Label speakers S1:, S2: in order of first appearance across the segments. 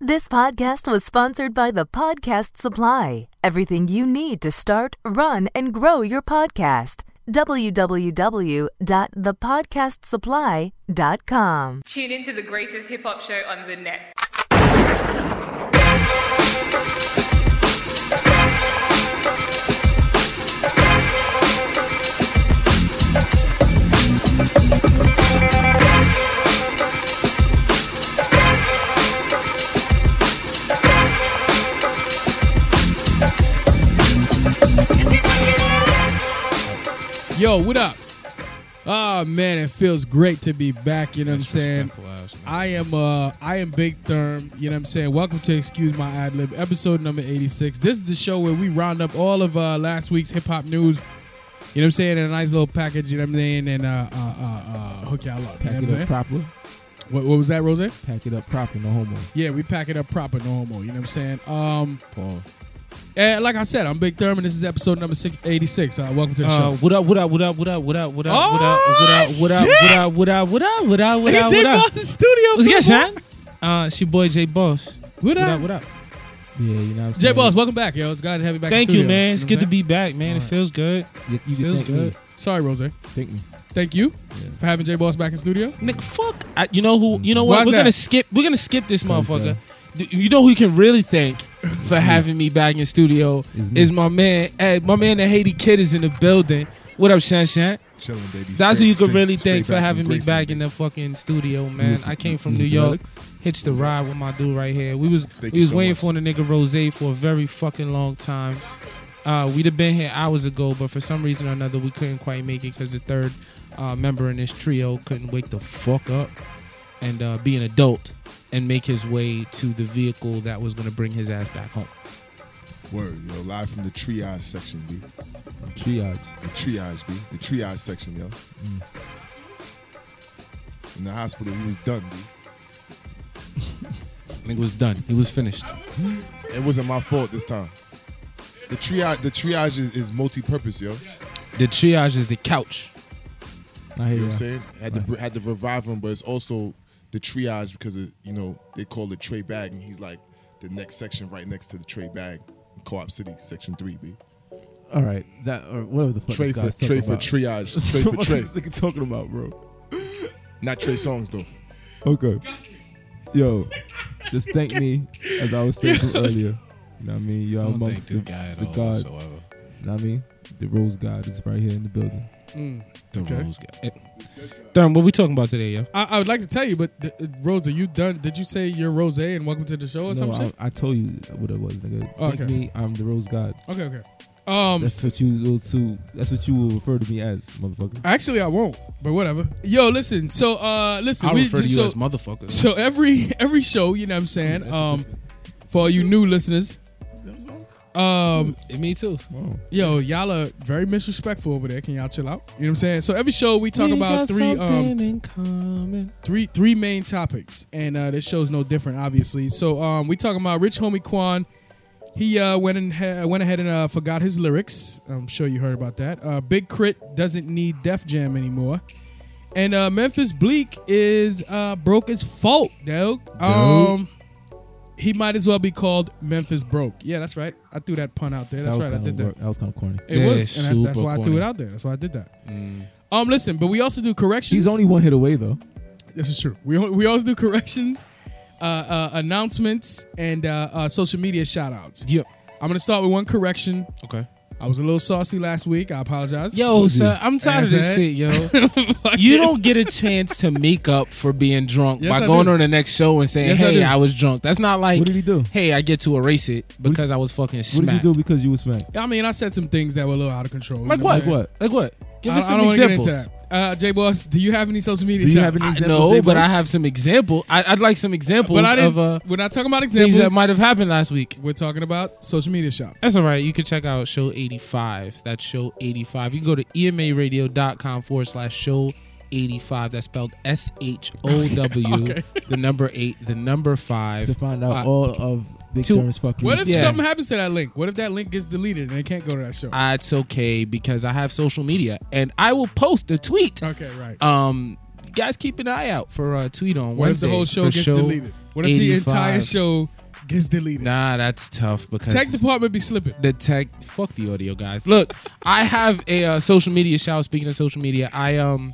S1: This podcast was sponsored by The Podcast Supply. Everything you need to start, run, and grow your podcast. www.thepodcastsupply.com.
S2: Tune into the greatest hip hop show on the net.
S3: Yo, what up? Oh man, it feels great to be back, you know what I'm saying?
S4: Disrespectful ass, man.
S3: I am uh I am Big Therm, you know what I'm saying? Welcome to Excuse My Ad Lib, episode number 86. This is the show where we round up all of uh last week's hip hop news, you know what I'm saying, in a nice little package, you know what I'm saying, and uh uh uh, uh hook y'all up. You know
S5: Pack
S3: what I'm
S5: it up
S3: saying?
S5: proper.
S3: What, what was that, Rose?
S5: Pack it up proper, no homo.
S3: Yeah, we pack it up proper, no homo, you know what I'm saying? Um and like I said, I'm Big Therm and this is episode number 6- 86. Uh, welcome to the
S4: Uh,
S3: show.
S4: what up? What up? What up? What up? What up? What up?
S3: Oh,
S4: What up? What up?
S3: shit!
S4: What up? What up? What up? What up? What
S3: Hey,
S4: up?
S3: J
S4: What up?
S3: Boss in studio.
S4: What's good,
S3: people.
S4: son? Uh, it's your boy J Boss.
S3: What
S4: What
S3: up?
S4: up? What up?
S5: Yeah, you know what I'm
S3: J
S5: saying?
S3: Boss, welcome back, yo. It's glad to have you back. in
S4: Thank
S3: studio.
S4: you, man. It's
S3: know what
S4: good to
S3: I'm
S4: be back, man. It
S3: Alright.
S4: feels good.
S5: You, you can
S4: Feels
S5: thank
S4: good.
S5: Me.
S3: saying? Sorry, Rose.
S5: Thank me.
S3: Thank you
S5: Yeah.
S3: for having J Boss back in studio.
S4: Nick, fuck. I, you know who? You know what?
S3: Why's
S4: we're
S3: that?
S4: gonna skip. We're gonna skip this
S5: Because,
S4: motherfucker. D- You know who you can really thank for having me back in studio
S5: It's me.
S4: is my man. Ed. my man, the Haiti Kid, is in the building. What up, Shan Shan?
S6: Chilling, baby.
S4: That's who
S6: Straight-
S4: you can
S6: straight-
S4: really thank
S6: straight
S4: for
S6: back from
S4: having me
S6: Graceland,
S4: back in
S6: baby.
S4: the fucking studio, man. I came from
S5: you
S4: New
S5: with
S4: York,
S5: Alex?
S4: hitched the ride with my dude right here. We was
S6: Thank
S4: we
S6: you
S4: was
S6: so
S4: waiting
S6: much.
S4: for the nigga Rose for a very fucking long time. Uh, we'd have been here hours ago, but for some reason or another, we couldn't quite make it because the third uh, member in this trio couldn't wake the fuck up and uh, be an adult and make his way to the vehicle that was gonna bring his ass back home.
S6: Word, yo, live from the triage section, B.
S5: Triage.
S6: The triage, B. The triage section, yo. Mm. In the hospital, he was done, B.
S4: Nigga was done. He was finished.
S6: It wasn't my fault this time. The triage, the triage is, is multi-purpose, yo. You know
S4: The triage is the couch.
S5: I hear
S6: what I'm
S5: you.
S6: saying? Had to br- had to revive him, but it's also the triage because it, you know they call it Trey Bag, and he's like the next section right next to the Trey Bag, in Co-op City, Section Three, B.
S5: All right, that or whatever the fuck.
S6: Trey
S5: this
S6: for
S5: guy's
S6: Trey
S5: talking
S6: for
S5: about.
S6: triage, Trey for
S5: What
S6: Trey,
S5: is this nigga talking about, bro?
S6: not Trey songs though.
S5: Okay. Yo, just thank me as I was saying from earlier. You know what I mean? You're
S4: Don't thank
S5: amongst
S4: this
S5: the,
S4: guy at
S5: the
S4: all
S5: God.
S4: whatsoever.
S5: You know what I mean? The Rose God is right here in the building.
S4: The rules guy. Thurm, what we talking about today, yo?
S3: I, I would like to tell you, but th- uh, Rose, are you done? Did you say you're Rose and welcome to the
S4: Oh,
S3: show or
S5: no,
S3: something?
S5: I, I told you what it was, nigga.
S3: Oh,
S5: thank
S3: okay.
S5: me. I'm the Rose God.
S3: Okay, okay. Um,
S5: That's what you will to. That's what you will refer to me as, motherfucker.
S3: actually, I won't, but whatever. Yo, listen. So, uh, listen.
S4: I
S3: we
S4: refer to you
S3: just- so,
S4: as motherfucker.
S3: so every every show, you know what I'm saying. Um, for all you new listeners, um,
S4: Me too.
S5: Wow.
S3: yo, y'all are very disrespectful over there. Can y'all chill out? You know what I'm saying. So every show we talk about three um three three main topics, and uh, this show's no different, obviously. So um, we talking about Rich Homie Quan. He uh, went and ha- went ahead and uh, forgot his lyrics. I'm sure you heard about that. Uh, Big Crit doesn't need Def Jam anymore, and uh, Memphis Bleak is uh, broke as fault, dog. Um, he might as well be called Memphis Broke. Yeah, that's right. I threw that pun out there. That's
S5: was
S3: right. I
S5: kinda
S3: did that.
S5: wor- That was kind of corny.
S3: It
S4: Yeah,
S3: was, and that's, that's
S4: super
S3: why I threw it
S4: corny.
S3: out there. That's why I did that. Um, listen, but we also do corrections.
S5: He's only one hit away though.
S3: This is true. We we always do corrections, uh, uh, announcements, and uh, uh, social media shout outs.
S4: Yep.
S3: I'm gonna start with one correction.
S4: Okay.
S3: I was a little saucy last week. I apologize.
S4: Yo, sir, I'm tired of this shit, yo. you don't get a chance to make up for being drunk
S3: Yes,
S4: by
S3: I
S4: going
S3: do.
S4: on the next show and saying,
S3: Yes, I
S4: "Hey,
S3: do.
S4: I, was drunk." That's not like,
S5: What did he do?
S4: "Hey, I get to erase it because I was fucking
S5: What
S4: smacked."
S5: did you do because you were smacked?
S3: I mean, I said some things that were a little out of control. you
S4: Like
S3: know
S4: what?
S3: I'm saying?
S5: What?
S4: Like what? Give
S3: I,
S4: us
S3: I
S4: some
S3: don't want to get
S4: examples.
S3: into that. Uh, J Boss, do you have any social media?
S5: Do you
S3: shout
S5: have any
S4: I,
S5: examples?
S4: no,
S5: Jay
S4: but I
S5: Boss?
S4: have some example. I, I'd like some examples
S3: But I didn't.
S4: of uh,
S3: we're not talking about
S4: things
S3: examples.
S4: that might have happened last week.
S3: we're talking about social media shout.
S4: That's all right. You can check out show 85. That's show 85. You can go to E emaradio.com forward slash show 85. That's spelled S H O W, the number eight, the number five.
S5: to find out
S4: Uh,
S5: all of Big
S4: two-
S5: Terrence fuckery.
S3: What if
S4: Yeah.
S3: something happens to that link? What if that link gets deleted and it can't go to that show?
S4: Ah, it's okay because I have social media and I will post a tweet.
S3: okay, right.
S4: Um, guys keep an eye out for a tweet
S3: What
S4: on
S3: if
S4: Wednesday.
S3: the whole show
S4: for
S3: gets deleted? What if the entire
S4: 85.
S3: show gets deleted?
S4: Nah, that's tough because
S3: Tech department be slipping.
S4: the tech fuck the audio guys look i have a uh, social media shout out speaking of social media i um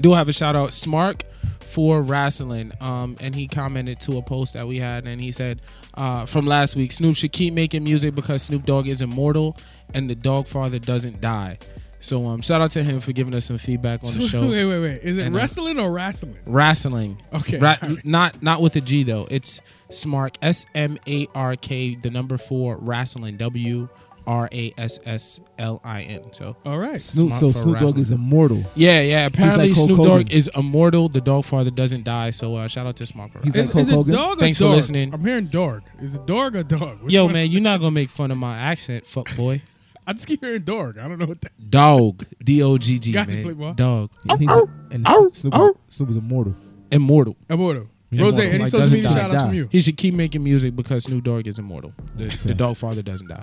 S4: do have a shout out smark for wrestling um and he commented to a post that we had and he said uh from last week snoop should keep making music because snoop dogg is immortal and the dog father doesn't die so um shout out to him for giving us some feedback on the
S3: wait,
S4: show
S3: wait, wait. Is it
S4: And, uh,
S3: wrestling or wrestling?
S4: wrestling
S3: Okay,
S4: Ra-
S3: alright.
S4: not not with a g though it's smark s-m-a-r-k the number four wrestling w R A S S L I N. So,
S3: All right.
S5: Snoop, so
S4: Smart for
S5: Snoop Dogg
S4: wrestling.
S5: is immortal.
S4: yeah, yeah. Apparently,
S5: Hulk
S4: Snoop Dogg
S5: Hogan.
S4: is immortal. The dog father doesn't die. So, uh, shout out to Smark. For
S5: He's
S4: wrestling.
S3: Is,
S5: Hulk
S3: is it
S5: Hogan?
S3: dog or
S4: Thanks for
S3: dog?
S4: listening.
S3: I'm hearing dog. Is it dog or dog? Which
S4: Yo,
S3: one-
S4: man, you're not gonna make fun of my accent, fuck boy.
S3: I just keep hearing dog. I don't know what that.
S4: Dog, D O G G,
S3: Got you, Playboy.
S4: man. Dog,
S5: And, he's, and Snoop, is- Snoop is immortal.
S4: immortal.
S3: Immortal.
S5: Yeah,
S3: Rose,
S5: immortal.
S3: any
S5: Like,
S3: social
S5: doesn't
S3: media
S5: die,
S3: shout outs
S5: die.
S3: from you?
S4: He should keep making music because Snoop Dogg is immortal. The, the dog father doesn't die.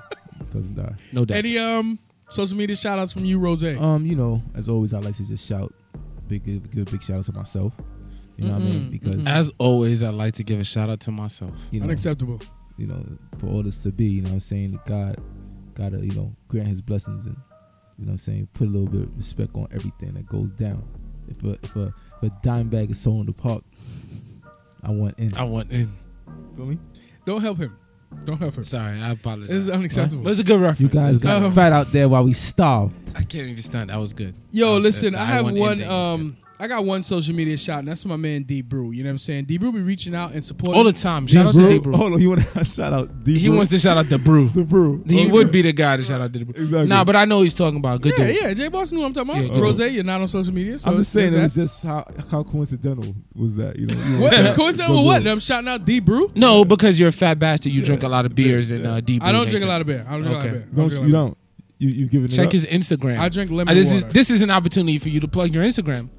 S5: Doesn't die.
S4: No doubt.
S3: Any um social media shout outs from you, Rose?
S5: Um, you know, as always, I like to just shout, big give, give a big shout out to myself. You know what I mean? Because
S4: As always, I'd like to give a shout out to myself.
S5: you know,
S3: Unacceptable.
S5: you know, for all this to be, you know what I'm saying, that God gotta, you know, grant his blessings and you know what I'm saying, put a little bit of respect on everything that goes down. If a if a, if a dime bag is sold in the park, I want in.
S4: I want in.
S5: Feel me?
S3: Don't help him. Don't help him.
S4: Sorry, I apologize.
S3: This is unacceptable.
S4: But it's a good reference.
S5: You guys
S4: It's
S5: got
S3: Oh.
S5: to fight out there while we starved.
S4: I can't even stand. That was good.
S3: Yo,
S4: Uh,
S3: listen,
S4: uh,
S3: I have
S4: want
S3: one.
S4: anything that's
S3: Um, I got one social media shout, and that's my man D Brew. You know what I'm saying? D Brew be reaching out and
S4: good.
S3: supporting Oh,
S4: all the time. Shout out to D Brew.
S5: Hold on, you want to shout out D.
S4: He wants to shout out the Brew.
S5: the brew.
S4: He would be the guy to shout out to the Brew.
S5: Exactly.
S4: Nah, but I know he's talking about good
S3: Yeah,
S4: dude.
S3: yeah. J Boss knew what I'm talking about.
S4: Yeah, good
S3: Rose, you're not on social media. So
S5: I'm just saying it
S3: there's
S5: was
S3: that.
S5: just how how coincidental was that, you know?
S3: What? Coincidental with what? That I'm shouting out D Brew.
S4: No, because you're a fat bastard. You drink a lot of beers and uh, D Brew.
S3: I don't
S4: makes
S3: drink a lot of
S4: sense.
S3: beer. I don't drink a lot
S4: Okay.
S3: of beer. I
S5: Don't,
S3: drink a
S5: you
S3: lot of
S5: don't. You, you've given it
S4: Check
S5: up?
S4: his Instagram.
S3: beer. I drink
S4: Uh,
S3: lemon
S4: this
S3: water.
S4: is this is an opportunity for you to plug your Instagram.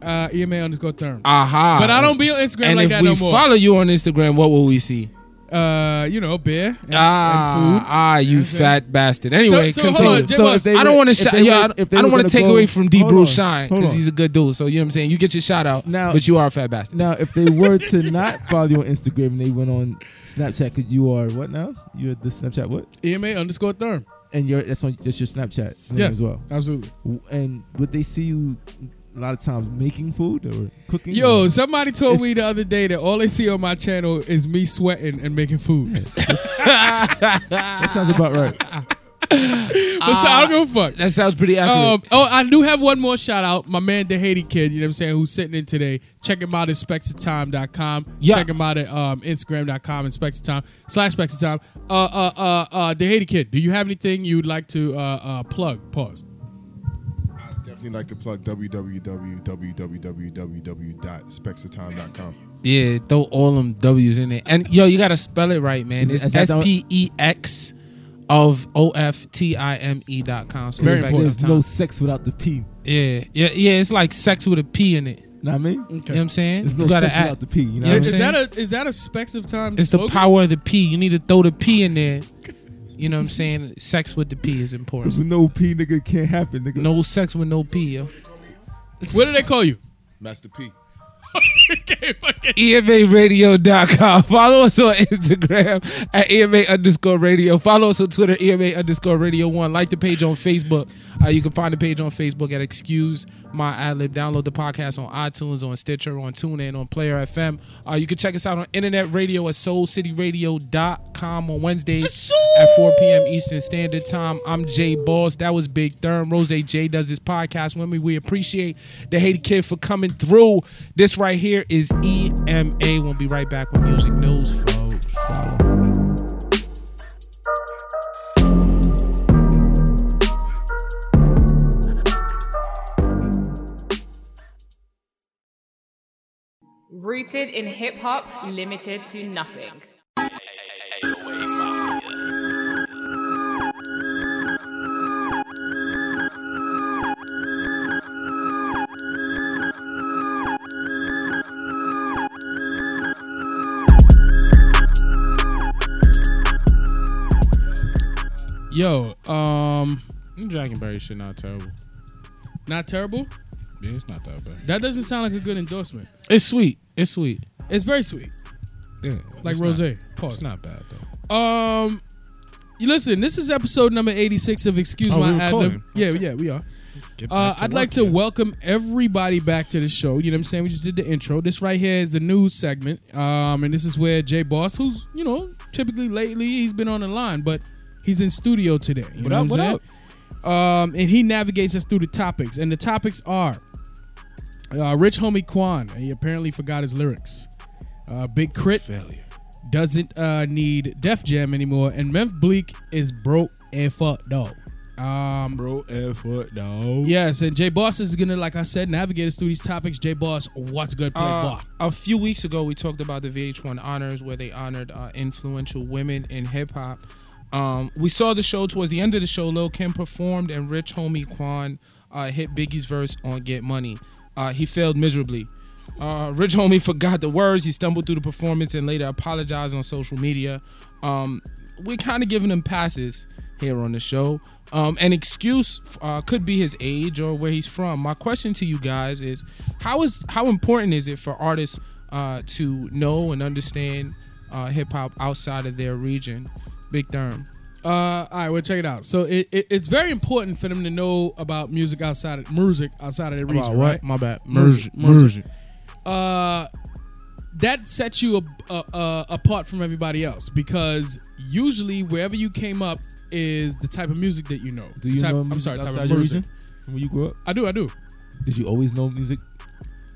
S3: uh, EMA underscore Therm.
S4: Aha.
S3: But I don't be on Instagram
S4: Ah. And
S3: like
S4: if
S3: that
S4: we
S3: no more.
S4: follow you on Instagram, what will we see?
S3: uh, you know, beer and,
S4: ah,
S3: and food.
S4: ah, you
S3: okay.
S4: fat bastard. Anyway,
S3: so hold
S4: continue.
S3: on, J-Boss.
S5: if they
S4: I
S5: were-
S4: don't want to
S5: if
S4: shout.
S5: they
S4: Yeah,
S5: were-
S4: I don't-
S5: if they
S4: I don't
S5: were
S4: want to
S5: gonna
S4: take
S5: go-
S4: away from D
S5: Hold
S4: Brew
S5: on,
S4: shine
S5: hold
S4: because
S5: on.
S4: he's a good dude. So you know what I'm saying. You get your shout out,
S5: Now-
S4: but you are a fat bastard.
S5: Now, if they were to not follow you on Instagram and they went on Snapchat, because you are what now? You're the Snapchat what?
S3: EMA E underscore Therm.
S5: And you're that's on that's your Snapchat name
S3: Yes,
S5: as well.
S3: absolutely.
S5: W- And would they see you a lot of times making food or cooking?
S3: Yo,
S5: or-
S3: somebody told
S5: It's-
S3: me the other day that all they see on my channel is me sweating and making food.
S5: that sounds about right.
S3: But so
S4: Ah.
S3: I don't give a fuck.
S4: That sounds pretty accurate.
S3: Um, oh, I do have one more shout out. My man, the Haiti kid, you know what I'm saying, who's sitting in today. Check him out at spectatime.com.
S4: Yeah.
S3: Check him out at um, Instagram.com and spectatime slash spectatime. Uh, uh, uh, uh, the Haiti kid, do you have anything you'd like to uh, uh, plug? Pause.
S6: I definitely like to plug www.spexatime.com.
S4: yeah, throw all them W's in it. And yo, you gotta spell it right, man. It's
S5: Is- is that
S4: S
S5: the-
S4: P E X of O F T I M E dot com. So
S3: Very
S4: it's back to
S5: There's
S4: the
S5: no
S4: time.
S5: sex without the P.
S4: Yeah, yeah, yeah. It's like sex with a P in it.
S5: Know what I mean?
S4: You know what I'm saying?
S5: There's no
S4: you gotta
S5: sex
S4: act.
S5: without the P. You know
S4: Yeah,
S5: what I
S3: Is
S5: mean?
S4: just-
S3: that a is that a specs of time?
S4: It's the
S3: slogan?
S4: power of the P. You need to throw the P in there. You know what I'm saying? Sex with the P is important.
S5: 'Cause with no P, nigga, can't happen, nigga.
S4: No sex with no P, yo.
S3: What do they call you?
S6: Master P.
S4: E EMARadio.com. Follow us on Instagram at EMA underscore radio. Follow us on Twitter, EMA underscore radio one. Like the page on Facebook. Uh, you can find the page on Facebook at Excuse My Adlib. Download the podcast on iTunes, on Stitcher, on TuneIn, on Player FM. Uh, you can check us out on internet radio at soulcityradio.com on Wednesdays at 4 p.m. Eastern Standard Time. I'm Jay Boss. That was Big Therm. Rose J does this podcast with me. We appreciate the Haiti Kid for coming through. This right here is EMA. We'll be right back with music news, folks.
S2: Rooted in hip hop, limited to nothing.
S3: Yo, um,
S4: Dragonberry shit not terrible.
S3: um, not terrible.
S4: Yeah, it's not that bad.
S3: That doesn't sound like a good endorsement.
S4: It's sweet. It's sweet.
S3: It's very sweet,
S4: Yeah,
S3: like
S4: it's
S3: rose.
S4: Not,
S3: Pause.
S4: it's not bad though.
S3: Um, you listen. This is episode number eighty-six of Excuse
S4: Oh,
S3: My
S4: we're
S3: Ad Lib.
S4: recording.
S3: Yeah, yeah, we are.
S4: Get
S3: Uh,
S4: back
S3: I'd
S4: work
S3: like to
S4: here.
S3: welcome everybody back to the show. You know what I'm saying? We just did the intro. This right here is the news segment. Um, and this is where Jay Boss, who's, you know, typically lately he's been on the line, but he's in studio today. You
S4: What
S3: know
S4: up,
S3: what I'm
S4: what
S3: saying? Um, and he navigates us through the topics. And the topics are uh, Rich Homie Quan, he apparently forgot his lyrics. Uh, Big Crit
S4: failure.
S3: doesn't uh, need Def Jam anymore. And Memph Bleak is broke and fuck dog. Um,
S4: Bro, effort no.
S3: Yes, and Jay Boss is gonna, like I said, navigate us through these topics. Jay Boss, what's good, play
S4: Uh,
S3: ball?
S4: a few weeks ago, we talked about the VH1 honors where they honored uh, influential women in hip hop. Um, we saw the show towards the end of the show. Lil Kim performed, and Rich Homie Quan uh, hit Biggie's verse on "Get Money." Uh, he failed miserably. Uh, Rich Homie forgot the words. He stumbled through the performance and later apologized on social media. Um, we're kind of giving him passes here on the show. Um, an excuse uh, could be his age or where he's from. My question to you guys is: How is how important is it for artists uh, to know and understand uh, hip hop outside of their region? Big Therm.
S3: Uh, all right, well, check it out. So it, it, it's very important for them to know about music outside of music outside of their region, right?
S4: My bad.
S3: Music,
S4: Merge.
S3: music. Uh, that sets you a, a, a, apart from everybody else because usually wherever you came up is the type of music that you know.
S5: Do you
S3: The type,
S5: know
S3: I'm
S5: music
S3: sorry, type
S5: outside
S3: of
S5: your
S3: music.
S5: region? When you grew up,
S3: I do, I do.
S5: did you always know music?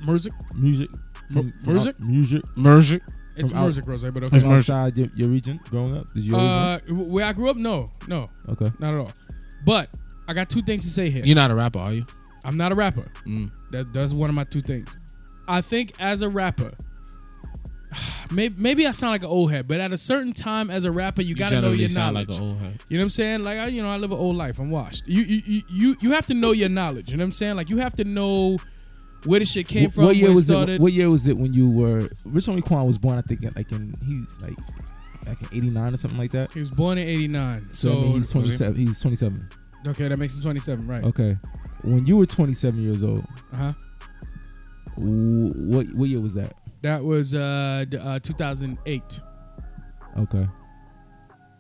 S3: Music.
S5: Music. uh,
S3: Mu- music?
S5: music.
S4: Merge.
S3: It's
S5: From out-
S3: music, Rose, but
S5: From
S3: okay.
S5: outside your, your region, growing up, did you always
S3: Uh, where I grew up, no, no.
S4: Uh,
S5: know? Okay.
S3: Not at all. But I got two things to say here.
S4: You're not a rapper, are you?
S3: I'm not a rapper.
S4: Mm.
S3: That that's one of my two things. I think as a rapper, maybe, maybe I sound like an old head, but at a certain time as a rapper, you, gotta know
S4: generally
S3: your
S4: sound
S3: knowledge.
S4: like an old head.
S3: you know what I'm saying? Like I, you know, I live an old life. I'm washed. You you you you, you have to know your knowledge. You know what I'm saying? Like you have to know where the shit came
S5: Wh-
S3: from,
S5: what year
S3: where it
S5: was
S3: started.
S5: it? What year was it when you were Rich Homie Quan was born? I think like in he's like like in '89 or something like that.
S3: he was born in '89,
S5: So, I
S3: so,
S5: mean, he's 27. He's 27.
S3: okay, that makes him 27, right?
S5: Okay. When you were 27 years old,
S3: Uh huh.
S5: wh- what what year was that?
S3: That was uh, d- uh 2008.
S5: Okay.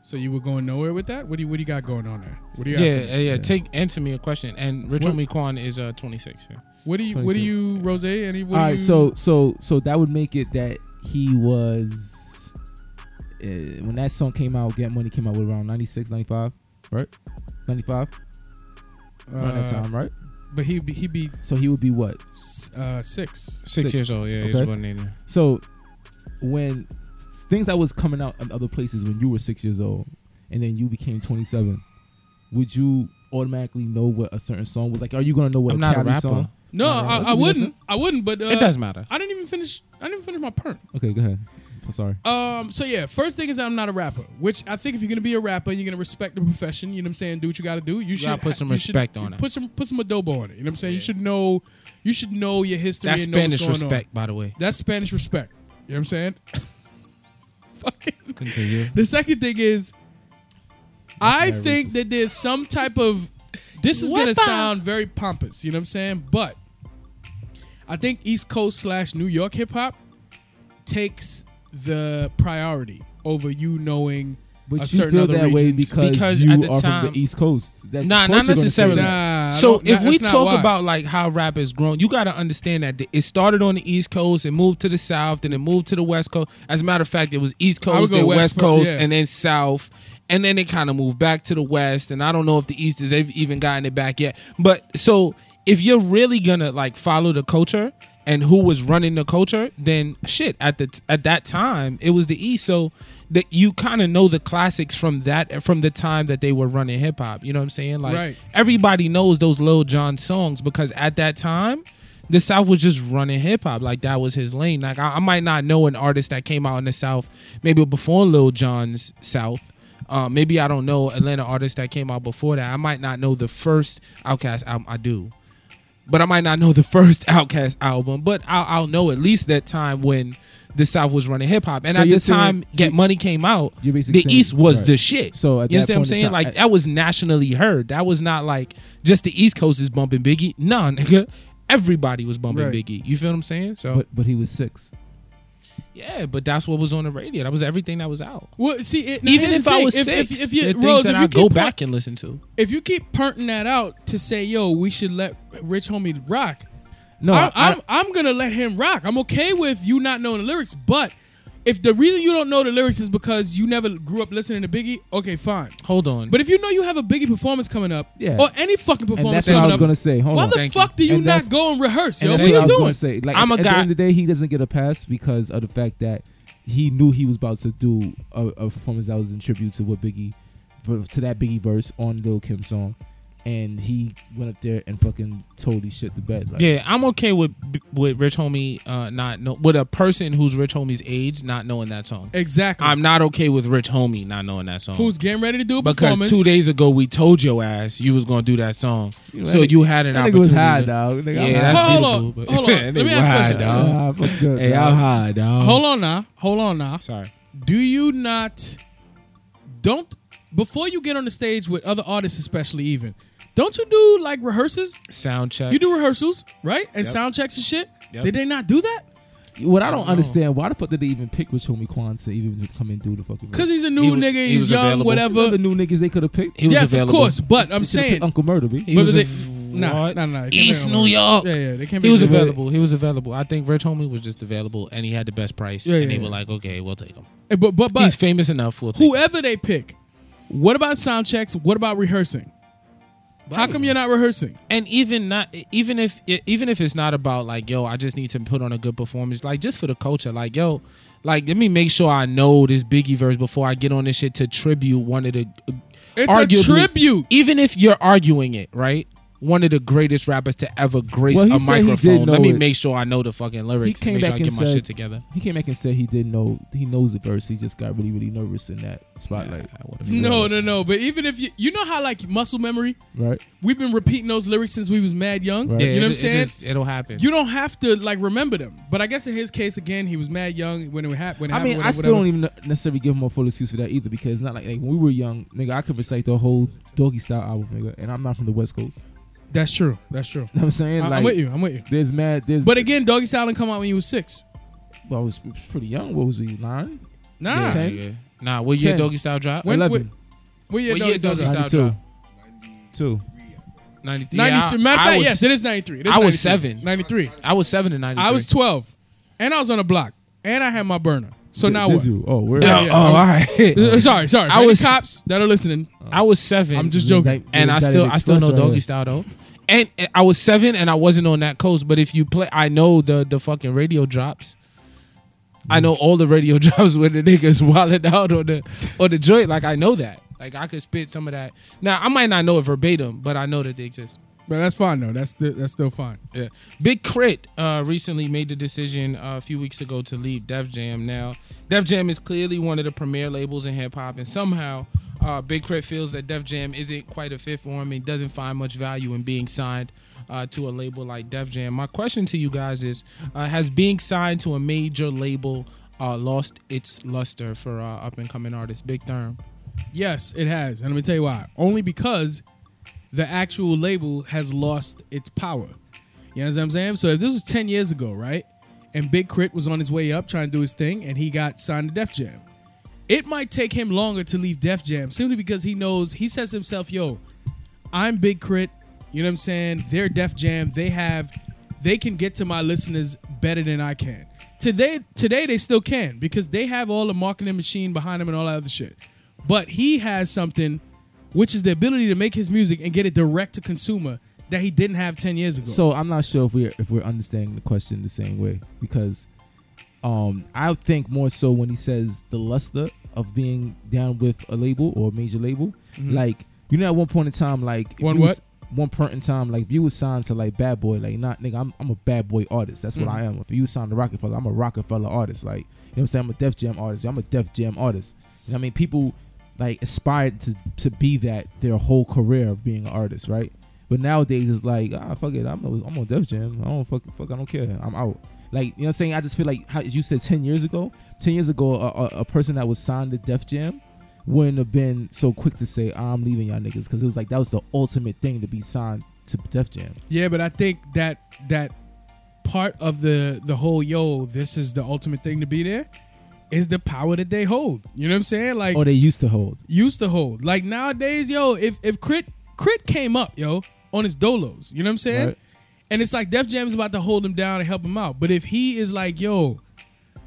S3: So you were going nowhere with that? What do you What do you got going on there? What do you
S4: Yeah, eh,
S3: got?
S4: yeah, yeah, Take answer me a question. And Rich
S3: What-
S4: Homie Quan is uh, 26. Yeah.
S3: What do you What do
S5: 27.
S3: you Rose? Any what
S5: All
S3: do
S5: right.
S3: you, uh,
S5: So so so that would make it that he was uh, when that song came out. Get Money came out with around 96, 95, right? 95 around that
S3: uh,
S5: time, right?
S3: but he be, he be
S5: So he would be what?
S3: s- uh, six.
S4: Six,
S5: Six.
S4: years old. Yeah, he's
S5: Okay.
S4: born in-
S5: So when s- things that was coming out in other places when you were six years old, and then you became twenty seven, would you automatically know what a certain song was like? Are you gonna know what
S4: I'm
S5: a
S4: not a
S5: Cali
S4: rapper.
S5: song?
S3: No,
S5: Nah,
S3: I,
S5: that's
S3: I
S5: what you
S3: wouldn't. I wouldn't. But uh,
S4: it doesn't matter.
S3: I didn't even finish. I didn't finish my perm.
S5: Okay, go ahead. I'm sorry.
S3: Um. So yeah, first thing is I'm not a rapper. Which I think if you're gonna be a rapper, and you're gonna respect the profession. You know what I'm saying? Do what you gotta do. You, should
S4: gotta put
S3: ha-
S4: some
S3: you should
S4: respect on it.
S3: Put some Put some adobo on it. You know what I'm saying? You should know. You should know your history.
S4: That's
S3: and know what's
S4: Spanish
S3: going on.
S4: respect, by the way.
S3: That's Spanish respect. You know what I'm saying? Fucking.
S4: Continue.
S3: The second thing is, I think that there's some type of. This is gonna sound very pompous, you know what I'm saying? But I think East Coast slash New York hip hop takes the priority over you knowing
S5: But
S3: a
S5: you
S3: certain
S5: feel
S3: other
S5: that way
S3: regions.
S5: because,
S4: Because
S5: you
S4: at the
S5: are from
S4: time-
S5: the East Coast. That's,
S4: Nah, not
S5: of course you're gonna say
S4: necessarily.
S5: that.
S3: Nah, I
S4: so
S3: don't-
S4: if
S3: nah,
S4: we
S3: that's not
S4: talk
S3: why.
S4: about like how rap has grown, you got to understand that it started on the East Coast, it moved to the South, then it moved to the West Coast. As a matter of fact, it was East
S3: would
S4: Coast,
S3: go
S4: then
S3: West
S4: West,
S3: fir-
S4: Coast,
S3: yeah.
S4: and then South, and then it kind of moved back to the West. And I don't know if the East has ev- even gotten it back yet. But so if you're really gonna like follow the culture and who was running the culture, then shit at the t- at that time it was the East. So that you kind of know the classics from that from the time that they were running hip hop. You know what I'm saying? Like
S3: Right.
S4: everybody knows those Lil Jon songs because at that time, the South was just running hip hop. Like that was his lane. Like I, I might not know an artist that came out in the South maybe before Lil Jon's South. Uh, maybe I don't know Atlanta artist that came out before that. I might not know the first Outcast album. I do, but I might not know the first Outcast album. But I'll, I'll know at least that time when the South was running hip hop. And
S5: So
S4: at
S5: you're
S4: the time
S5: saying-
S4: Get Money came out,
S5: You're
S4: the
S5: basically saying-
S4: East was
S5: right.
S4: the shit.
S5: So at
S4: you understand what
S5: that
S4: I'm
S5: point in
S4: saying?
S5: time-
S4: Like
S5: at-
S4: that was nationally heard. That was not like just the East Coast is bumping Biggie. Nah, nigga. everybody was bumping
S3: Right.
S4: Biggie. You feel what I'm saying? So
S5: But but he was six.
S4: yeah, but that's what was on the radio. That was everything that was out.
S3: Well, see, it, now,
S4: Even
S3: here's
S4: if
S3: the
S4: I
S3: thing.
S4: was
S3: if,
S4: six,
S3: if, if you,
S4: there are things
S3: Rose,
S4: that
S3: if
S4: I
S3: you
S4: go
S3: keep
S4: back and listen to.
S3: if you keep punting that out to say, "Yo, we should let Rich Homie rock,"
S5: No,
S3: I'm,
S5: I-
S3: I'm I'm gonna let him rock. I'm okay with you not knowing the lyrics, but if the reason you don't know the lyrics is because you never grew up listening to Biggie, okay, fine.
S4: Hold on.
S3: But if you know you have a Biggie performance coming up,
S5: Yeah.
S3: or any fucking performance
S5: that's what I
S3: coming
S5: was
S3: up,
S5: gonna say. Hold
S3: why
S5: on.
S3: the
S4: Thank
S3: fuck
S4: you.
S3: do you
S5: And
S3: not
S5: that's-
S3: go and rehearse, yo?
S5: and
S3: What
S5: that's
S3: are
S5: what I
S3: you
S5: was gonna
S3: doing?
S5: say. Like
S4: I'm a
S5: at the
S4: guy-
S5: end of the day, he doesn't get a pass because of the fact that he knew he was about to do a, a performance that was in tribute to what Biggie to that Biggie verse on Lil Kim song, and he went up there and fucking totally shit the bed. Like,
S4: yeah, I'm okay with with Rich Homie uh, not know with a person who's Rich Homie's age not knowing that song.
S3: Exactly.
S4: I'm not okay with Rich Homie not knowing that song.
S3: Who's getting ready to do a
S4: because
S3: performance?
S4: two days ago we told your ass you was gonna do that song,
S5: You know,
S4: so
S5: that
S4: you had an
S5: that nigga
S4: opportunity.
S5: was high,
S4: to-
S5: dog. Nigga, I'm
S4: Yeah,
S5: high.
S4: that's
S3: Hold on,
S4: beautiful. but-
S3: hold on. Let me
S4: That nigga
S3: ask a
S4: high,
S3: question.
S4: dog.
S5: Nah, fuck that,
S4: Hey,
S5: dog.
S4: I'm high, dog.
S3: Hold on now. Hold on now.
S4: Sorry.
S3: Do you not don't before you get on the stage with other artists especially even, don't you do like rehearsals?
S4: Sound check.
S3: You do rehearsals, right? And
S4: Yep.
S3: sound checks and shit.
S4: Yep.
S3: Did they not do that?
S5: What I don't
S4: know.
S5: understand, why the fuck did they even pick Rich Homie Quan to even come and do the fucking?
S3: Cuz he's a new
S4: He was-
S3: nigga,
S4: he
S3: he's
S4: was
S3: young,
S4: available.
S5: the
S3: whatever.
S5: new niggas they could have picked.
S4: He was
S3: yes,
S4: available.
S3: of course, but I'm
S5: They coulda picked
S3: saying
S5: Uncle Murder. B.
S4: He was
S3: Whether
S4: av-
S3: they- nah,
S4: what?
S3: nah, nah, they can't
S4: East
S3: be
S4: New
S3: available.
S4: York.
S3: Yeah, yeah, they can't be
S4: He was
S3: available.
S4: available. He was available. I think Rich Homie was just available, and he had the best price.
S3: Yeah,
S4: and
S3: yeah,
S4: they were
S3: yeah.
S4: like, "Okay, we'll take him.
S3: Eh, but but
S4: He's
S3: but
S4: famous enough. We'll take him.
S3: whoever they pick, what about sound checks? What about rehearsing? How come you're not rehearsing?
S4: And even not, even if even if it's not about like, yo, I just need to put on a good performance, like just for the culture, like, yo, like let me make sure I know this Biggie verse before I get on this shit to tribute one of the. uh,
S3: It's a
S4: arguably,
S3: tribute.
S4: Even if you're arguing it, right? One of the greatest rappers to ever grace
S5: Well, he
S4: a
S5: said he did
S4: microphone. Let
S5: know
S4: me
S5: it.
S4: make sure I know the fucking lyrics.
S5: came
S4: and make
S5: back
S4: sure I
S5: and
S4: get my
S5: said-
S4: shit together.
S5: He came back and said he didn't know he knows the verse. He just got really really nervous in that spotlight.
S4: Yeah, what a
S3: No, no, no. But even if you you know how like muscle memory,
S5: Right.
S3: we've been repeating those lyrics since we was mad young.
S5: Right.
S4: Yeah,
S3: You know what
S4: it-
S3: I'm
S4: it
S3: saying?
S4: just- it'll happen.
S3: you don't have to like remember them. But I guess in his case, again, he was mad young when it happened. When it
S5: I mean,
S3: happened,
S5: I
S3: whatever,
S5: still
S3: whatever.
S5: don't even necessarily give him a full excuse for that either because not like, like when we were young, nigga, I could recite the whole Doggy Style album, nigga, and I'm not from the West Coast. You
S3: That's true. That's true.
S5: know what I'm saying?
S3: I-
S5: like,
S3: I'm with you. I'm with you.
S5: There's mad. There's.
S3: But again, Doggy Style didn't come out when you was six.
S5: well, I was p- pretty young. What was we nine?
S3: Nah.
S4: yeah,
S5: Ten?
S4: yeah. Nah, what year
S5: Ten.
S4: Doggy Style drop?
S3: When-
S5: Eleven.
S3: What year
S4: What
S3: Doggy
S4: year
S3: Style
S4: Doggy
S3: dropped?
S4: Style?
S5: Two. Two.
S4: 93. Yeah, I-
S3: 93. Matter of
S4: I
S3: fact,
S4: was-
S3: yes, it is 93. It is
S4: I was
S3: 93.
S4: seven.
S3: 93.
S4: I was seven and ninety.
S3: I was 12. And I was on a block. And I had my burner. So
S5: Did-
S3: now
S5: did
S3: what?
S5: you? Oh, we're.
S3: Yeah, yeah. I'm-
S4: right.
S3: Uh, Sorry, sorry.
S4: I
S3: I was
S4: was-
S3: cops that are listening.
S4: I was seven.
S3: I'm just joking.
S4: and I still I still know Doggy Style though. And, and I was seven and I wasn't on that coast. But if you play, I know the the fucking radio drops. I know all the radio drops where the niggas wilded out on the on the joint. Like I know that. Like I could spit some of that. Now I might not know it verbatim, but I know that they exist.
S3: But that's fine though. That's th- that's still fine.
S4: Yeah. Big Crit uh, recently made the decision uh, a few weeks ago to leave Def Jam. Now, Def Jam is clearly one of the premier labels in hip hop, and somehow uh, Big Crit feels that Def Jam isn't quite a fit for him and doesn't find much value in being signed uh, to a label like Def Jam. My question to you guys is uh, Has being signed to a major label uh, lost its luster for uh, up and coming artists? Big Therm.
S3: Yes, it has. And let me tell you why. Only because the actual label has lost its power. You know what I'm saying? So if this was 10 years ago, right? And Big Crit was on his way up trying to do his thing and he got signed to Def Jam. It might take him longer to leave Def Jam simply because he knows, he says to himself, yo, I'm Big Crit. You know what I'm saying? They're Def Jam. They have, they can get to my listeners better than I can. Today, today they still can because they have all the marketing machine behind them and all that other shit. But he has something, which is the ability to make his music and get it direct to consumer that he didn't have ten years ago.
S5: So I'm not sure if we're if we're understanding the question the same way because um I think more so when he says the luster of being down with a label or a major label, like you know at one point in time like if
S3: Mm-hmm. One
S5: you
S3: what?
S5: was- one point in time like if you was signed to like Bad Boy like not nigga I'm I'm a Bad Boy artist that's what I am if you was signed to Rockefeller I'm a Rockefeller artist like you know what I'm saying I'm a Def Jam artist I'm a Def Jam artist you know what I mean people like aspired to to be that their whole career of being an artist right but nowadays it's like ah fuck it I'm I'm on Def Jam I don't fuck fuck I don't care I'm out like you know what I'm saying I just feel like how you said ten years ago ten years ago a, a, a person that was signed to Def Jam wouldn't have been so quick to say I'm leaving y'all niggas because it was like that was the ultimate thing to be signed to Def Jam.
S3: Yeah, but I think that that part of the the whole yo, this is the ultimate thing to be there, is the power that they hold. You know what I'm saying? Like
S5: Or they used to hold.
S3: used to hold. Like nowadays, yo, if if crit crit came up, yo, on his dolos, you know what I'm saying?
S5: Right.
S3: And it's like Def Jam is about to hold him down and help him out. But if he is like, yo,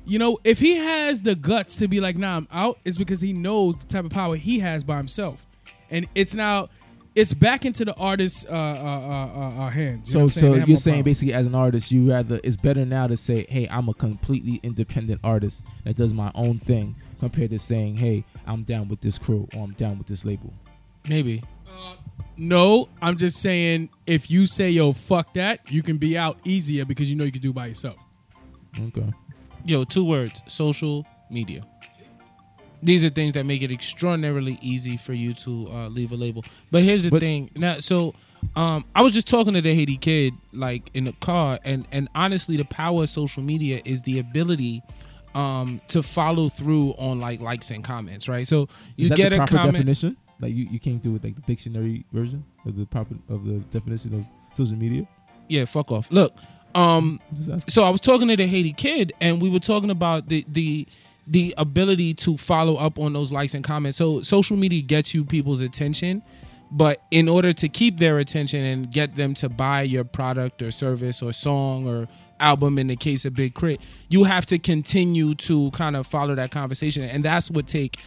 S3: you know, if he has the guts to be like, nah, I'm out, it's because he knows the type of power he has by himself, and it's now. It's back into the artist's uh, uh, uh, uh, uh, hands. You know
S5: So
S3: what I'm saying?
S5: so
S3: They have
S5: you're
S3: more
S5: saying
S3: power.
S5: basically as an artist, you rather it's better now to say, hey, I'm a completely independent artist that does my own thing, compared to saying, hey, I'm down with this crew or I'm down with this label.
S4: Maybe.
S3: No, I'm just saying if you say yo fuck that, you can be out easier because you know you can do it by yourself.
S5: Okay.
S4: Yo, two words: social media. These are things that make it extraordinarily easy for you to uh, leave a label. But here's the
S5: But-
S4: thing. Now, so um, I was just talking to the Haiti kid, like in the car, and and honestly, the power of social media is the ability um, to follow through on like likes and comments, right? So you
S5: Is that
S4: get
S5: the
S4: a
S5: proper
S4: comment.
S5: definition? Like you, you came through with like the dictionary version of the proper of the definition of social media.
S4: Yeah, fuck off. Look, um,
S5: I'm just asking.
S4: so I was talking to the Haiti kid, and we were talking about the the the ability to follow up on those likes and comments. So social media gets you people's attention, but in order to keep their attention and get them to buy your product or service or song or album, in the case of Big Crit, you have to continue to kind of follow that conversation, and that's what take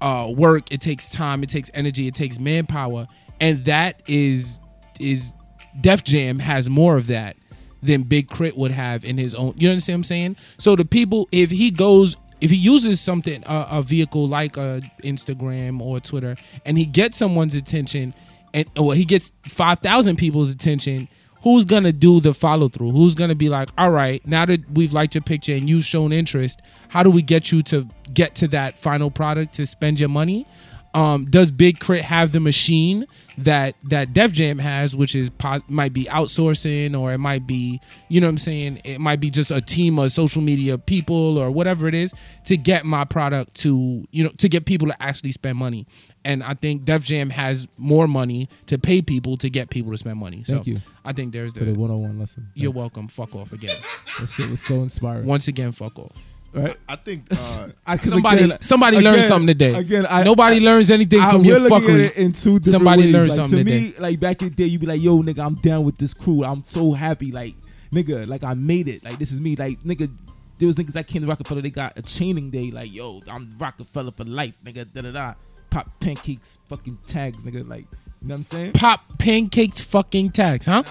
S4: uh, work. It takes time. It takes energy. It takes manpower, and that is is Def Jam has more of that than Big Crit would have in his own. You understand what I'm saying? So the people, if he goes, if he uses something, uh, a vehicle like uh, Instagram or Twitter, and he gets someone's attention, and or he gets five thousand people's attention, who's gonna do the follow through? Who's gonna be like, all right, now that we've liked your picture and you've shown interest, how do we get you to get to that final product to spend your money? Um, does Big Crit have the machine that that Def Jam has, which is po- might be outsourcing or it might be, you know what I'm saying? It might be just a team of social media people or whatever it is to get my product to, you know, to get people to actually spend money. And I think Def Jam has more money to pay people to get people to spend money. So
S5: Thank you.
S4: I think there's
S5: for the
S4: the.
S5: one-on-one lesson.
S4: You're
S5: Thanks.
S4: welcome. Fuck off again.
S5: That shit was so inspiring.
S4: Once again, fuck off.
S5: right?
S6: I think uh,
S5: I, 'cause
S4: Somebody,
S5: again,
S4: somebody learned
S5: again-
S4: something today.
S5: Again, I,
S4: Nobody learns anything
S5: I,
S4: from
S5: we're
S4: your
S5: Ah, looking
S4: fuckery.
S5: at it in two different
S4: Somebody
S5: ways.
S4: learned
S5: like,
S4: something
S5: To
S4: today.
S5: me, like back in the day, you'd be like, "Yo, nigga, I'm down with this crew. I'm so happy. Like, nigga, like I made it. Like this is me. Like, nigga." There was niggas that came to Rockefeller. They got a chaining day. Like, yo, I'm Rockefeller for life, nigga. Da da da. Pop pancakes, fucking tags, nigga. Like, you know what I'm saying?
S4: pop pancakes fucking tax, huh?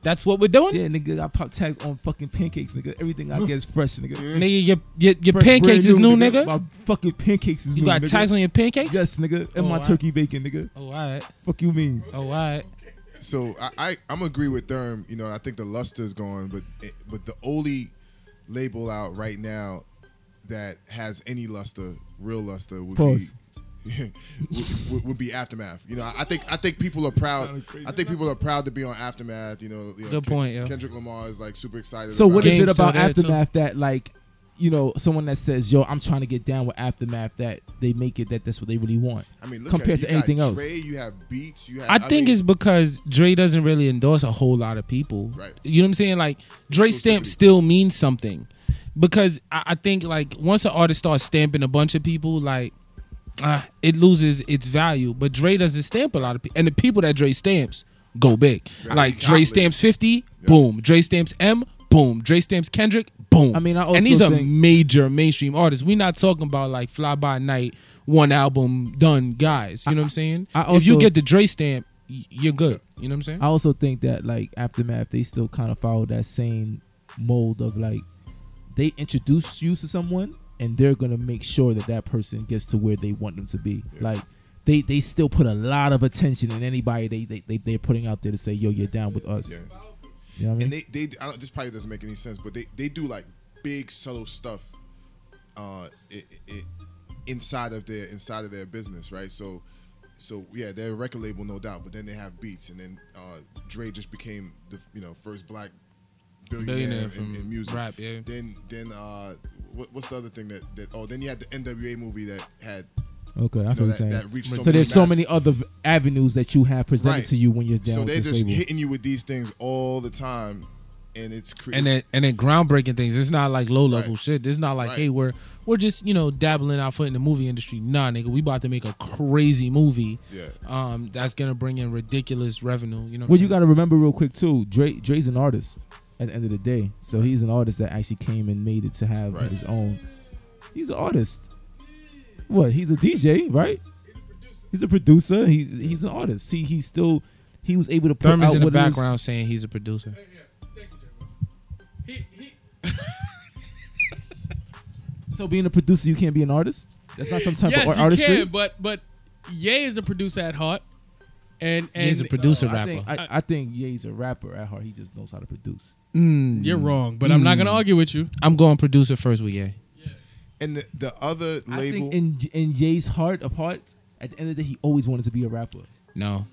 S4: That's what we're doing.
S5: Yeah, nigga, I pop tags on fucking pancakes, nigga. Everything I get is fresh, nigga.
S4: Nigga, your your, your
S5: Fresh,
S4: pancakes
S5: brand
S4: is new, nigga.
S5: My fucking pancakes is
S4: you
S5: new.
S4: got
S5: nigga.
S4: tax on your pancakes?
S5: Yes, nigga. And
S4: Oh,
S5: my
S4: wow.
S5: turkey bacon, nigga.
S4: Oh, all right.
S5: Fuck you mean?
S4: Oh, all right.
S6: so I, I I'm agree with Therm. You know, I think the luster is gone, but it, but the only label out right now that has any luster, real luster, would
S5: Pause.
S6: be would, would be Aftermath. You know, I I think I think people are proud. I think people are proud to be on Aftermath. You know, you know,
S4: Good point, yeah.
S6: Kendrick Lamar is like super excited.
S5: So
S6: about
S5: what is
S4: Game's
S5: it about
S4: still there, too.
S5: aftermath that like, you know, someone that says, "Yo, I'm trying to get down with aftermath," that they make it that that's what they really want.
S6: I mean, look
S5: compared
S6: at, it.
S5: to
S6: You got
S5: anything else.
S6: Dre, you have beats. You have.
S4: I think
S6: mean,
S4: it's because Dre doesn't really endorse a whole lot of people.
S6: Right.
S4: You know what I'm saying? Like Dre stamp
S6: Exclusivity.
S4: still means something. Because I, I think like once an artist starts stamping a bunch of people, like ah, it loses its value. But Dre doesn't stamp a lot of people, and the people that Dre stamps go big.
S6: Very
S4: like Dre
S6: accomplished.
S4: stamps 50, boom. Dre stamps M, boom. Dre stamps Kendrick, boom.
S5: I mean, I
S4: and these
S5: also
S4: are
S5: think-
S4: major mainstream artists. We're not talking about like fly by night, one album done guys. You know what I'm saying?
S5: I
S4: if you
S5: also-
S4: get the Dre stamp, y- you're good. You know what I'm saying?
S5: I also think that like aftermath, they still kind of follow that same mold of like, they introduce you to someone and they're gonna make sure that that person gets to where they want them to be. Like. They, they still put a lot of attention in anybody they, they, they, they're putting out there to say, yo, you're down with us.
S6: Yeah.
S5: You know what I mean?
S6: and they they I don't, this probably doesn't make any sense, but they they do like big subtle stuff, uh, it, it, inside of their inside of their business, right? So, so yeah, they're a record label, no doubt, but then they have beats, and then uh, Dre just became the you know first black
S4: Billionaire
S6: billionaire,
S4: from
S6: in, in music.
S4: rap, yeah.
S6: Then then uh, what, what's the other thing that that oh then you had the NWA movie that had
S5: Okay, I feel
S6: You know,
S5: what
S6: that,
S5: you're saying.
S6: that reach
S5: So,
S6: so,
S5: there's so
S6: mass-
S5: many other v- avenues that you have presented
S6: Right.
S5: to you when you're down
S6: So
S5: with
S6: they're
S5: this
S6: just
S5: label.
S6: hitting you with these things all the time, and it's crazy.
S4: and then and then groundbreaking things. It's not like low level
S6: Right.
S4: shit. It's not like
S6: Right.
S4: hey, we're we're just you know dabbling our foot in the movie industry. Nah, nigga, we about to make a crazy movie.
S6: Yeah.
S4: Um, that's gonna bring in ridiculous revenue. You know. what
S5: Well,
S4: I'm
S5: you
S4: saying?
S5: got to remember real quick too. Dre Dre's an artist at the end of the day, so he's an artist that actually came and made it to have
S6: Right.
S5: his own. He's an artist. What? He's a DJ, right? He's a producer. He's he's an artist. He he's still he was able to put
S4: Thurman's
S5: out
S4: in the
S5: what it was-
S4: background saying he's a producer.
S3: He, he,
S5: So being a producer, you can't be an artist. That's not some type
S3: yes,
S5: of art-
S3: you
S5: artistry.
S3: can, but but Ye is a producer at heart, and and uh,
S4: He's a producer
S5: I
S4: rapper.
S5: think, I, I think Ye's a rapper at heart. He just knows how to produce.
S4: Mm,
S3: You're wrong, but I'm not
S4: Hmm.
S3: gonna argue with you.
S4: I'm going producer first with Ye.
S6: and the, the other
S5: I
S6: label,
S5: think in in Ye's heart of hearts, at the end of the day, he always wanted to be a rapper.
S4: No,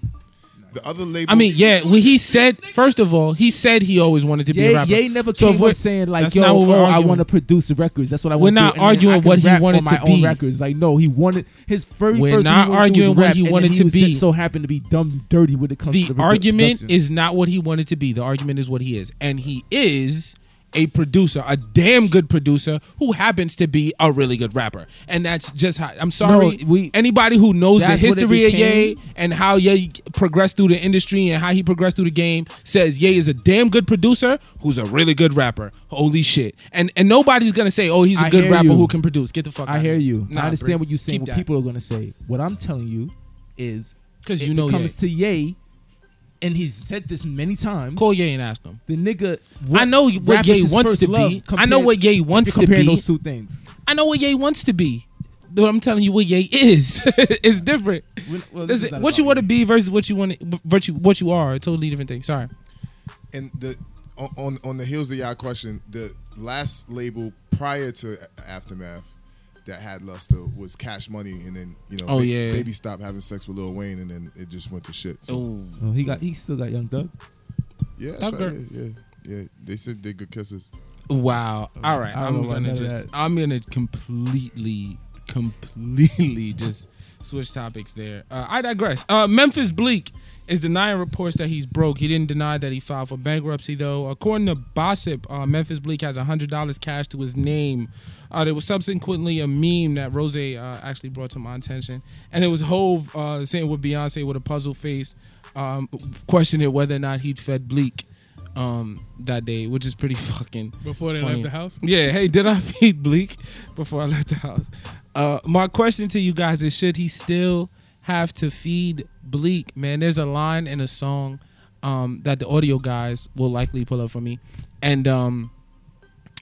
S6: the other label.
S4: I mean, yeah. When he said, first of all, he said he always wanted to be
S5: Ye,
S4: a rapper.
S5: Ye never
S4: So
S5: came
S4: if we're-
S5: up saying like,
S4: that's
S5: "Yo,
S4: not what we're
S5: oh, I
S4: arguing.
S5: want to produce records." That's what I want.
S4: We're not arguing what he wanted
S5: my
S4: to
S5: Own
S4: be.
S5: records. Like, no, he wanted his very
S4: We're
S5: first. thing he
S4: not
S5: wanted to
S4: arguing
S5: do was
S4: what
S5: rap,
S4: he
S5: and then
S4: wanted to
S5: was
S4: be.
S5: Just so happened to be dumb, and dirty when it comes
S4: the
S5: to the
S4: argument
S5: production.
S4: is not what he wanted to be. The argument is what he is, and he is a producer, a damn good producer who happens to be a really good rapper. And that's just how. I'm sorry,
S5: No, we-
S4: anybody who knows the
S5: That's what it
S4: history of Ye
S5: became.
S4: and how Ye progressed through the industry and how he progressed through the game says Ye is a damn good producer who's a really good rapper. Holy shit! And and nobody's gonna say, oh, he's a
S5: I
S4: good
S5: hear
S4: rapper
S5: you.
S4: who can produce. Get the fuck.
S5: I
S4: outta
S5: hear
S4: here.
S5: you.
S4: Nah,
S5: I understand
S4: bro.
S5: what you're saying.
S4: Keep
S5: What
S4: that.
S5: people are going to say. What I'm telling you is
S4: 'Cause
S5: if
S4: you know
S5: it
S4: Ye.
S5: comes to Ye, and he's said this many times.
S4: call Ye and ask him.
S5: the nigga,
S4: I know what
S5: rap is
S4: Ye
S5: his
S4: wants
S5: first
S4: to be.
S5: love
S4: I know
S5: compared-
S4: what Ye
S5: if you're
S4: wants to
S5: comparing
S4: be.
S5: Those two things.
S4: I know what Ye wants to be. But I'm telling you what Ye is. it's different.
S5: We're- well,
S4: This
S5: this
S4: is-
S5: is not
S4: what you
S5: about
S4: want to
S5: Ye.
S4: be versus what you want to, what you what you are. are totally different thing. Sorry.
S6: and the on- on on the heels of y'all question, the last label prior to A- Aftermath that had luster was Cash Money, and then you know,
S4: Oh,
S6: Ba-
S4: yeah.
S6: Baby stopped having sex with Lil Wayne, and then it just went to shit. So,
S5: Oh, he got. He still got Young Thug.
S6: yeah, that's
S4: Thug
S6: right,
S4: Girl.
S6: yeah, yeah, yeah. They said they good kisses.
S4: Wow. All right.
S5: I don't
S4: I'm
S5: know about
S4: gonna
S5: none of
S4: just.
S5: that.
S4: I'm gonna completely, completely just switch topics there. Uh, I digress. Uh, Memphis Bleak is denying reports that he's broke. He didn't deny that he filed for bankruptcy though. According to Bossip, uh, Memphis Bleak has hundred dollars cash to his name. Uh, there was subsequently a meme that Rose uh, actually brought to my attention, and it was Hove uh, saying with Beyonce with a puzzle face, um, questioning whether or not he'd fed Bleak. Um, that day, which is pretty fucking
S3: Before they
S4: Funny.
S3: left the house,
S4: yeah, hey, did I feed Bleak before I left the house? Uh, my question to you guys is should he still have to feed Bleak? Man, there's a line in a song um, that the audio guys will likely pull up for me. And um,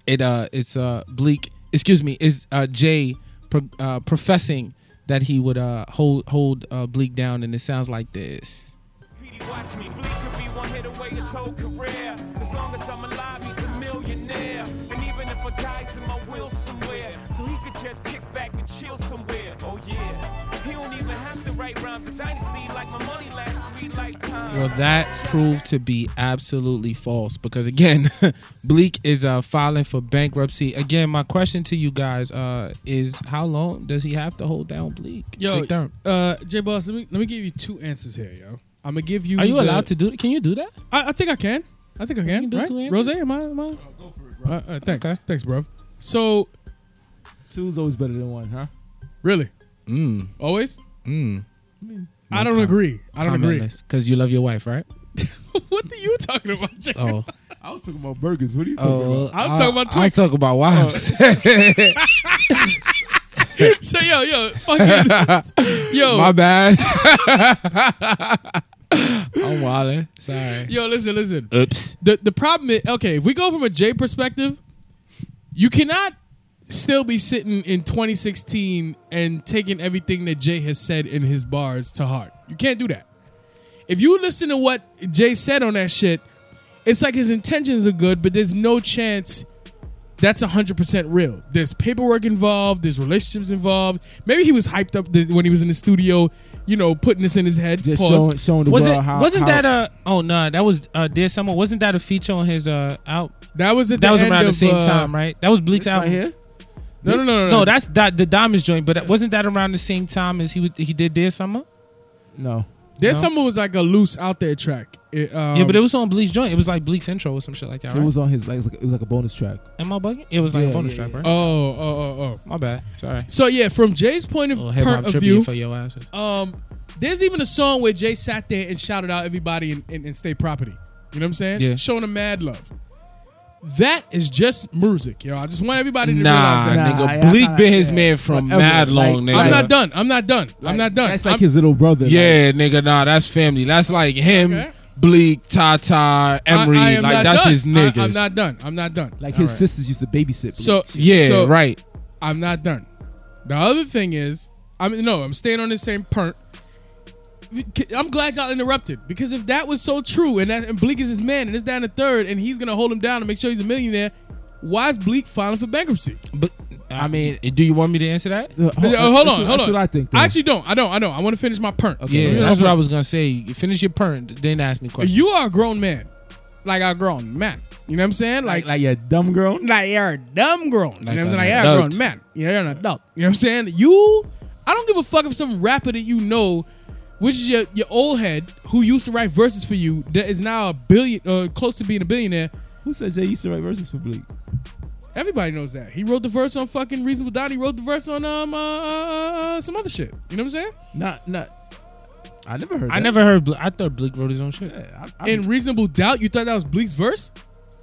S4: it uh it's uh bleak excuse me is uh jay pro- uh, professing that he would uh hold hold uh bleak down and it sounds like this
S7: Petey, watch me. Bleak could be one hit away his whole career. As long as I'm alive, he's a millionaire. And even if a guy's in my will somewhere, so he could just kick back and chill somewhere. Oh yeah. He don't even have to write rhymes. A dynasty like my money lasts three lifetimes.
S4: well that proved to be absolutely false because again bleak is uh filing for bankruptcy again my question to you guys uh is how long does he have to hold down bleak
S3: yo,
S4: Big Durham.
S3: uh, J Boss, let me let me give you two answers here, yo. I'm gonna give you.
S4: are you
S3: the-
S4: allowed to do can you do that
S3: I, I think I can. I think I can.
S4: you do
S3: right?
S4: two answers?
S3: Rose, am I? Am I? Uh, uh, thanks, thanks, bro. So
S5: Two's always better than one, huh?
S3: really,
S4: mm,
S3: always.
S4: mm,
S3: I don't agree. I don't agree.
S4: because you love your wife right
S3: what are you talking about, J?
S4: oh
S5: I was talking about burgers. What are you
S3: I'm talking about Oh,
S4: I, am
S3: Twix.
S4: talking about wives
S3: so yo, yo, fucking, yo,
S4: My bad. I'm wilding. Sorry.
S3: yo. Listen, listen.
S4: Oops.
S3: the the problem is okay. If we go from a J perspective, you cannot still be sitting in 2016 and taking everything that Jay has said in his bars to heart. You can't do that. If you listen to what Jay said on that shit, it's like his intentions are good, but there's no chance that's 100% real. There's paperwork involved, there's relationships involved. Maybe he was hyped up th- when he was in the studio, you know, putting this in his head.
S5: Just
S3: Pause.
S5: showing, showing the
S4: Was
S5: world
S4: it?
S5: how.
S4: wasn't
S5: how-
S4: that a? Oh no, that was uh, dear summer. Wasn't that a feature on his uh out?
S3: that was at
S4: That
S3: the
S4: was
S3: end
S4: around the
S3: of,
S4: same
S3: uh,
S4: time, right? That was Bleak's
S5: this right
S4: album.
S5: here?
S3: No, no, no, no, no.
S4: No, that's that the Diamonds joint. But that- wasn't that around the same time as he was, he did their summer?
S5: No.
S3: Their
S4: No.
S3: summer was like a loose out there track. It, um,
S4: yeah, but it was on Bleak's joint. It was like Bleak's intro or some shit like that.
S5: It
S4: Right?
S5: was on his like it was like, it was like a bonus track.
S4: Am I bugging? It was like
S5: Yeah,
S4: a bonus
S5: yeah,
S4: track,
S5: yeah.
S4: right?
S3: Oh, oh, oh, oh.
S4: My bad. Sorry.
S3: So yeah, from Jay's point of,
S4: Little hip hop
S3: point of
S4: tribute
S3: view,
S4: for your asses.
S3: um, there's even a song where Jay sat there and shouted out everybody in, in, in state property. You know what I'm saying?
S4: Yeah.
S3: Showing them mad love. That is just music, yo. I just want everybody to
S4: Nah,
S3: realize that.
S5: Nah,
S4: nigga.
S5: I- I
S4: Bleak
S5: thought
S4: been
S5: I-
S4: his
S5: yeah.
S4: man from
S5: Whatever,
S4: mad
S5: like-
S4: long, nigga.
S5: Nah,
S3: I'm
S5: yeah.
S3: not done. I'm not done. I'm not done.
S5: That's like
S3: I'm-
S5: his little brother. like,
S4: Yeah, nigga, nah, that's family. That's like him,
S3: Okay.
S4: Bleak, Tata, Emery.
S3: I- I am
S4: like
S3: not
S4: that's
S3: done.
S4: his niggas.
S3: I, am not done. I'm not done.
S5: like
S3: All
S5: his
S3: right.
S5: sisters used to babysit.
S3: So
S4: yeah,
S3: so
S4: right.
S3: I'm not done. The other thing is, I mean, no, I'm staying on the same perk. I'm glad y'all interrupted because if that was so true and that and Bleak is his man and it's down to third and he's gonna hold him down and make sure he's a millionaire, why is Bleak filing for bankruptcy?
S4: But I mean, do you want me to answer that?
S5: Uh,
S3: Uh, hold on,
S5: that's what-
S3: hold
S5: that's
S3: on.
S5: what I think. though.
S3: I actually don't. I don't. I don't. I want to finish my perk.
S5: Okay.
S4: Yeah,
S5: Yeah,
S4: that's
S3: that's
S4: what I
S3: right.
S4: was gonna say. You Finish your pern, then ask me questions.
S3: You are a grown man, like a grown man. You know what I'm saying?
S5: like like yeah, dumb girl.
S3: like you're a dumb grown. you know
S4: Like
S3: what I'm
S4: an
S3: saying? Like you're a
S4: adult.
S3: grown man. You know, you're an adult. You know what I'm saying? You, I don't give a fuck if some rapper that you know, which is your, your old head who used to write verses for you, that is now a billion, uh, close to being a billionaire.
S5: Who said Jay used to write verses for Bleak?
S3: Everybody knows that he wrote the verse on fucking Reasonable Doubt. He wrote the verse on um uh, uh, uh, some other shit. You know what I'm saying?
S5: Not not. I never heard.
S4: I
S5: that.
S4: never heard. Ble- I thought Bleak wrote his own shit.
S5: Yeah, I, I,
S3: In Reasonable Doubt, you thought that was Bleak's verse?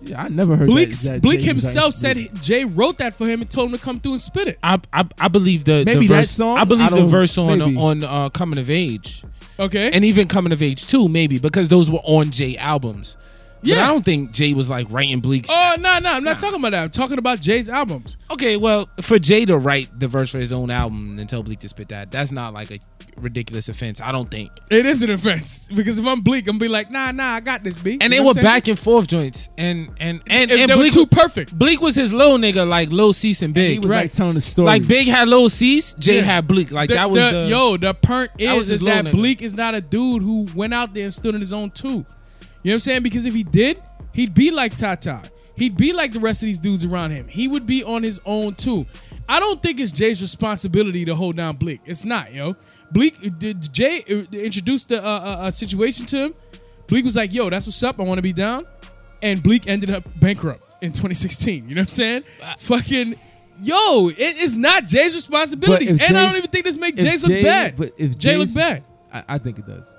S5: yeah, I never heard.
S3: Bleak,
S5: that, that
S3: Bleak
S5: Jay was
S3: himself
S5: writing-
S3: said he- Jay wrote that for him and told him to come through and spit it.
S4: I, I I believe the,
S5: Maybe
S4: the
S5: that
S4: verse.
S5: song?
S4: I believe
S5: I
S4: the
S5: don't-
S4: verse on
S5: maybe.
S4: on uh, coming of age,
S3: Okay,
S4: and even coming of age too, maybe because those were on Jay albums. Yeah,
S3: Yeah.
S4: I don't think Jay was like writing Bleak's.
S3: Oh no, no, I'm not talking about that. I'm talking about Jay's albums.
S4: okay, well, for Jay to write the verse for his own album and tell Bleak to spit that, that's not like a ridiculous offense. I don't think.
S3: It is an offense because if I'm bleak, I'm be like, nah, nah, I got this, B.
S4: And
S3: You
S4: they
S3: know
S4: were
S3: what I'm saying?
S4: back and forth joints, and and and,
S3: If
S4: and
S3: they were
S4: Bleak,
S3: too perfect.
S4: Bleak was his little nigga, like Lil Cease and Big.
S5: He was
S3: Right.
S5: like telling the story.
S4: Like Big had Lil Cease, Jay
S3: Yeah.
S4: had Bleak. Like
S3: The-
S4: that was
S3: the-
S4: the,
S3: yo. The perk
S4: was
S3: is
S4: his
S3: is that
S4: little nigga.
S3: bleak is not a dude who went out there and stood on his own too. You know what I'm saying? Because if he did, he'd be like Tata. He'd be like the rest of these dudes around him. He would be on his own too. I don't think it's Jay's responsibility to hold down Bleak. It's not, yo. Bleak did Jay uh, introduced the, uh, uh, uh, situation to him. Bleak was like, "Yo, that's what's up. I want to be down." And Bleak ended up bankrupt in 2016. You know what I'm saying? Fucking, yo, it is not Jay's responsibility, and
S5: if
S3: I
S5: Jay's-
S3: don't even think this makes
S5: if
S3: Jay's look
S5: Jay-
S3: bad.
S5: But if
S3: Jay look
S5: Jay's-
S3: bad.
S5: I, I think it does.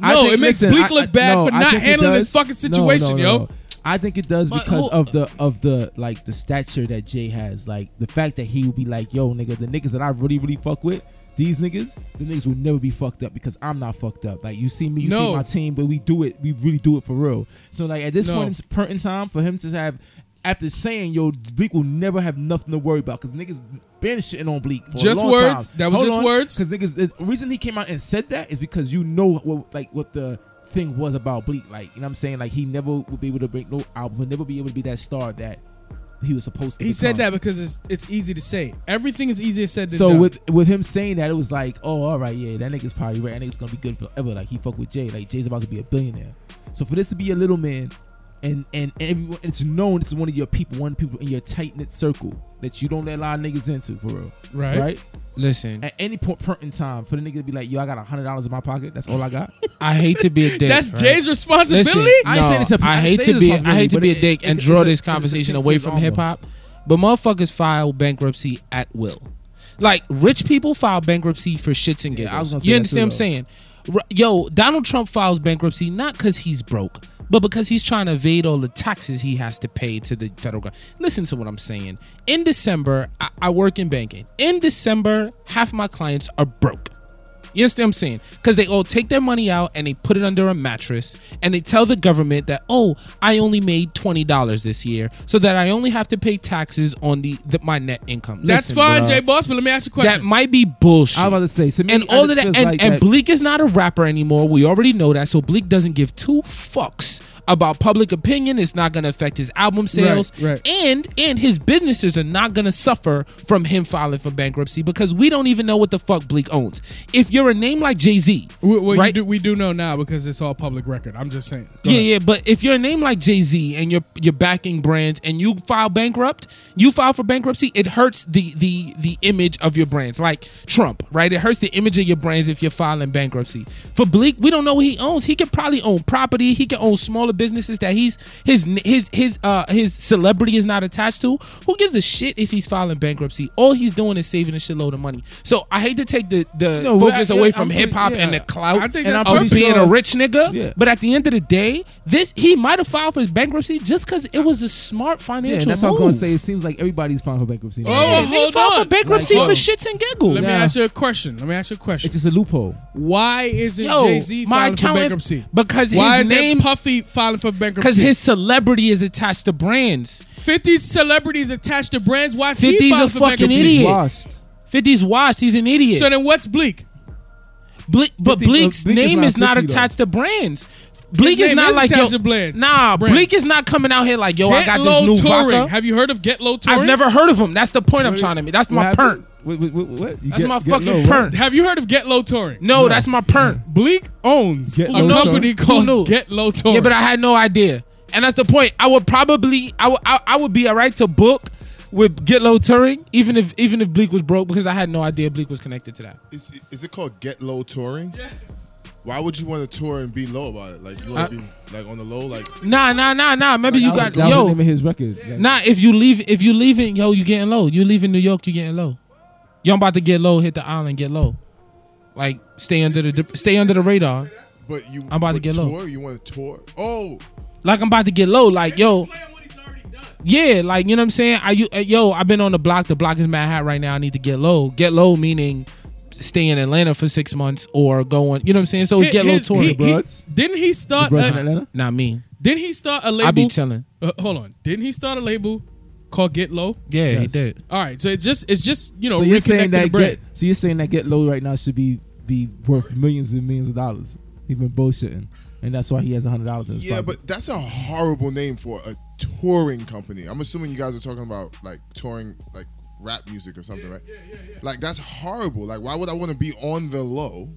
S5: I
S3: No,
S5: think-
S3: it makes
S5: listen,
S3: Bleak
S5: I-
S3: look
S5: I-
S3: bad
S5: no,
S3: for
S5: I
S3: not
S5: think it
S3: handling this
S5: does.
S3: fucking
S5: No, no,
S3: situation,
S5: no,
S3: yo.
S5: no. I think it does
S4: But
S5: because
S4: who-
S5: of the of the like the stature that Jay has, like the fact that he will be like, "Yo, nigga, the niggas that I really really fuck with, these niggas, the niggas will never be fucked up because I'm not fucked up. Like you see me, you
S3: No.
S5: see my team, but we do it, we really do it for real. So like at this
S3: No.
S5: point in, per- in time, for him to have after saying, "Yo, Bleak will never have nothing to worry about," because niggas been shitting on Bleak. For
S3: Just
S5: a long
S3: words.
S5: time.
S3: That was just words.
S5: Because niggas, the reason he came out and said that is because you know what, like what the thing was about Bleak. Like you know, what I'm saying, like he never would be able to bring no album, would never be able to be that star that he was supposed to.
S3: He said that
S5: become.
S3: because it's it's easy to say. Everything is easier said than
S5: So
S3: done.
S5: with with him saying that, it was like, oh, all right, yeah, that nigga's probably right. That nigga's gonna be good forever. Like he fuck with Jay. Like Jay's about to be a billionaire. So for this to be a little man, and and everyone, it's known it's one of your people, one of the people in your tight knit circle that you don't let a lot of niggas into for real,
S3: Right.
S5: Right.
S4: Listen,
S5: at any point, point in time for the nigga to be like, yo, I got a hundred dollars in my pocket. That's all I got.
S4: I hate to be a dick.
S3: that's
S4: right?
S3: Jay's responsibility.
S4: Listen,
S5: I ain't
S4: no,
S5: saying it's a-
S4: I
S5: I
S4: hate
S5: say
S4: to
S5: it's
S4: be
S5: possible,
S4: I hate to
S5: but
S4: be a
S5: it-
S4: dick
S5: it-
S4: and
S5: it's
S4: draw
S5: a-
S4: this
S5: it's a
S4: conversation
S5: thing
S4: away
S5: that's
S4: from
S5: normal.
S4: hip hop, but motherfuckers file bankruptcy at will. Like rich people file bankruptcy for shits and
S5: Yeah, I
S4: giggles.
S5: was gonna say
S4: you
S5: that
S4: understand
S5: too,
S4: what I'm saying? R- Yo, Donald Trump files bankruptcy not because he's broke, but because he's trying to evade all the taxes he has to pay to the federal government. Listen to what I'm saying. In December, I, I work in banking. In December, half my clients are broke. You understand what I'm saying? Because they all take their money out and they put it under a mattress and they tell the government that, oh, I only made $20 this year so that I only have to pay taxes on the, the my net income.
S3: that's
S4: Listen,
S3: fine,
S4: bruh,
S3: Jay Boss. But let me ask you a
S4: That
S3: question.
S4: might be bullshit.
S5: I was about to say, to me,
S4: and
S5: I
S4: all of
S5: just
S4: that, and,
S5: feels like
S4: and
S5: that-
S4: Bleak is not a rapper anymore. We already know that. So Bleak doesn't give two fucks about public opinion. It's not going to affect his album sales,
S3: Right, right.
S4: and and his businesses are not going to suffer from him filing for bankruptcy because we don't even know what the fuck Bleak owns. If you're a name like Jay Z,
S3: We, well, you
S4: right?
S3: do, we do know now because it's all public record. I'm just saying. Go
S4: yeah,
S3: ahead.
S4: yeah, but if you're a name like Jay Z and you're you're backing brands and you file bankrupt, you file for bankruptcy, it hurts the the the image of your brands. Like Trump, right? It hurts the image of your brands if you're filing bankruptcy. For Bleak, we don't know what he owns. He could probably own property. He could own smaller businesses that he's his his his uh his celebrity is not attached to. Who gives a shit if he's filing bankruptcy? All he's doing is saving a shitload of money. So I hate to take the the
S5: No,
S4: focus
S5: I-
S4: away
S5: yeah,
S4: from
S5: I'm pretty-
S4: hip hop and the
S5: yeah.
S4: clout
S3: I think
S4: and
S3: that's
S4: of
S3: pretty
S4: being
S5: sure.
S4: a rich nigga.
S5: Yeah.
S4: But at the end of the day, this he might have filed for his bankruptcy just because it was a smart financial
S5: Yeah,
S4: move.
S5: and that's what I was gonna say. It seems like everybody's filing for bankruptcy. now.
S3: Oh,
S4: He
S3: hold
S4: filed
S3: on.
S4: for bankruptcy
S3: Like,
S4: for
S3: hold on.
S4: shits and giggles.
S3: Let me
S5: Nah.
S3: ask you a question. Let me ask you a question.
S5: it's just a loophole.
S3: Why isn't
S4: Yo,
S3: Jay Z
S4: my
S3: filing for
S4: account-
S3: bankruptcy?
S4: because
S3: why
S4: his
S3: is
S4: name-
S3: Puffy filing for bankruptcy?
S4: Because his celebrity is attached to brands.
S3: 50 celebrities attached to brands. Why is he
S4: 50's
S3: filing
S4: a
S3: for
S4: fucking
S3: bankruptcy?
S4: idiot.
S5: Washed.
S4: 50's washed. He's an idiot.
S3: So then what's Bleak?
S4: Ble- but
S5: 50
S4: Bleak's
S5: uh, Bleak is
S4: name
S5: not
S4: is not
S5: 50 though.
S4: attached to brands. Bleak
S3: His name
S4: is not
S3: is
S4: like yo,
S3: attached to brands.
S4: nah.
S3: Brands.
S4: Bleak is not coming out here like yo. I
S3: Get
S4: got this
S3: Low
S4: new
S3: Touring.
S4: vodka.
S3: Have you heard of Get Low Touring?
S4: I've never heard of him. That's the point I'm trying to make. That's my
S5: What
S4: pernt.
S5: happened? Wait, wait, wait, what? You
S4: That's
S5: get-
S4: my
S5: get
S4: fucking
S5: low, right?
S4: pernt.
S3: Have you heard of Get Low Touring?
S4: No, that's my pernt.
S3: Bleak oh, owns
S5: Get
S3: a
S5: Low
S3: company
S5: Touring.
S4: Who knew?
S3: called Get Low Touring.
S4: Yeah, but I had no idea, and that's the point. I would probably, I would, I, I would be all right to book with Get Low Touring, even if even if Bleak was broke, because I had no idea Bleak was connected to that.
S6: Is, is it called Get Low Touring? Yes. Why would you want to tour and be low about it? Like you want to be like on the low, like
S4: Nah, nah, nah, nah. Remember you
S5: That
S4: got
S5: was- that was the
S4: yo.
S5: name of his record. Like,
S4: Nah, if you leave, if you leaving, yo, you getting low. You leaving New York, you getting low. Yo, I'm about to get low, hit the island, get low. Like stay under the stay under the radar.
S6: but you
S4: I'm about to
S6: but
S4: get low.
S6: tour, You want to tour? Oh,
S4: Like I'm about to get low. Like yo, yeah, like you know what I'm saying. I you uh, yo, I've been on the block. The block is mad hot right now. I need to get low. Get low meaning stay in Atlanta for six months or go on. You know what I'm saying. So it's
S3: Hi-
S4: get low
S3: his-
S4: touring.
S3: he- he-
S5: Bruds?
S3: Didn't he start?
S5: Bruds in
S3: A,
S5: Atlanta?
S4: Not me.
S3: didn't he start a label?
S4: I be chilling.
S3: Uh, hold on. Didn't he start a label called Get Low?
S4: Yeah, he
S5: Yes.
S4: did.
S3: All right. So it's just it's just you know
S5: So you're
S3: reconnecting
S5: saying
S3: the
S5: that
S3: brand.
S5: get, so you're saying that get low right now should be be worth millions and millions of dollars. He's been bullshitting, and that's why he has a hundred dollars. in his
S6: yeah,
S5: pocket.
S6: but that's a horrible name for a touring company. I'm assuming you guys are talking about like touring, like rap music or something, right? Yeah, yeah, yeah. Like that's horrible. Like why would I want to be on the low?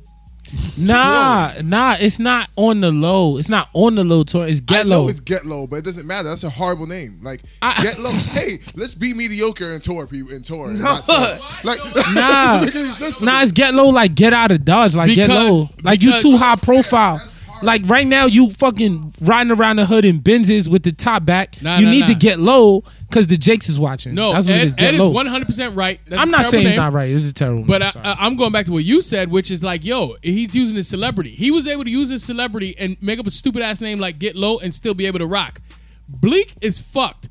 S4: Nah, nah. It's not on the low. It's not on the low tour. It's
S6: I
S4: get
S6: know
S4: low.
S6: it's Get Low, but it doesn't matter. That's a horrible name. Like
S4: I-
S6: Get Low. hey, let's be mediocre and tour people and tour. and not sell. like
S4: Nah.
S6: It doesn't make any sense to
S4: Nah,
S6: me.
S4: it's get low like get out of dodge, like get
S3: Because-
S4: low, like you
S3: because-
S4: too high profile. Like right now, you fucking riding around the hood in Benzes with the top back.
S3: Nah,
S4: you
S3: nah,
S4: need
S3: nah.
S4: to get low because the Jakes is watching.
S3: No,
S4: that's what
S3: Ed,
S4: it is.
S3: Ed
S4: Get
S3: is
S4: low.
S3: 100 percent right. That's
S4: I'm
S3: a
S4: not
S3: terrible
S4: saying
S3: name,
S4: it's not right. This is terrible.
S3: But
S4: I'm
S3: I,
S4: sorry.
S3: I, I'm going back to what you said, which is like, yo, he's using his celebrity. He was able to use his celebrity and make up a stupid ass name like Get Low and still be able to rock. Bleak is fucked.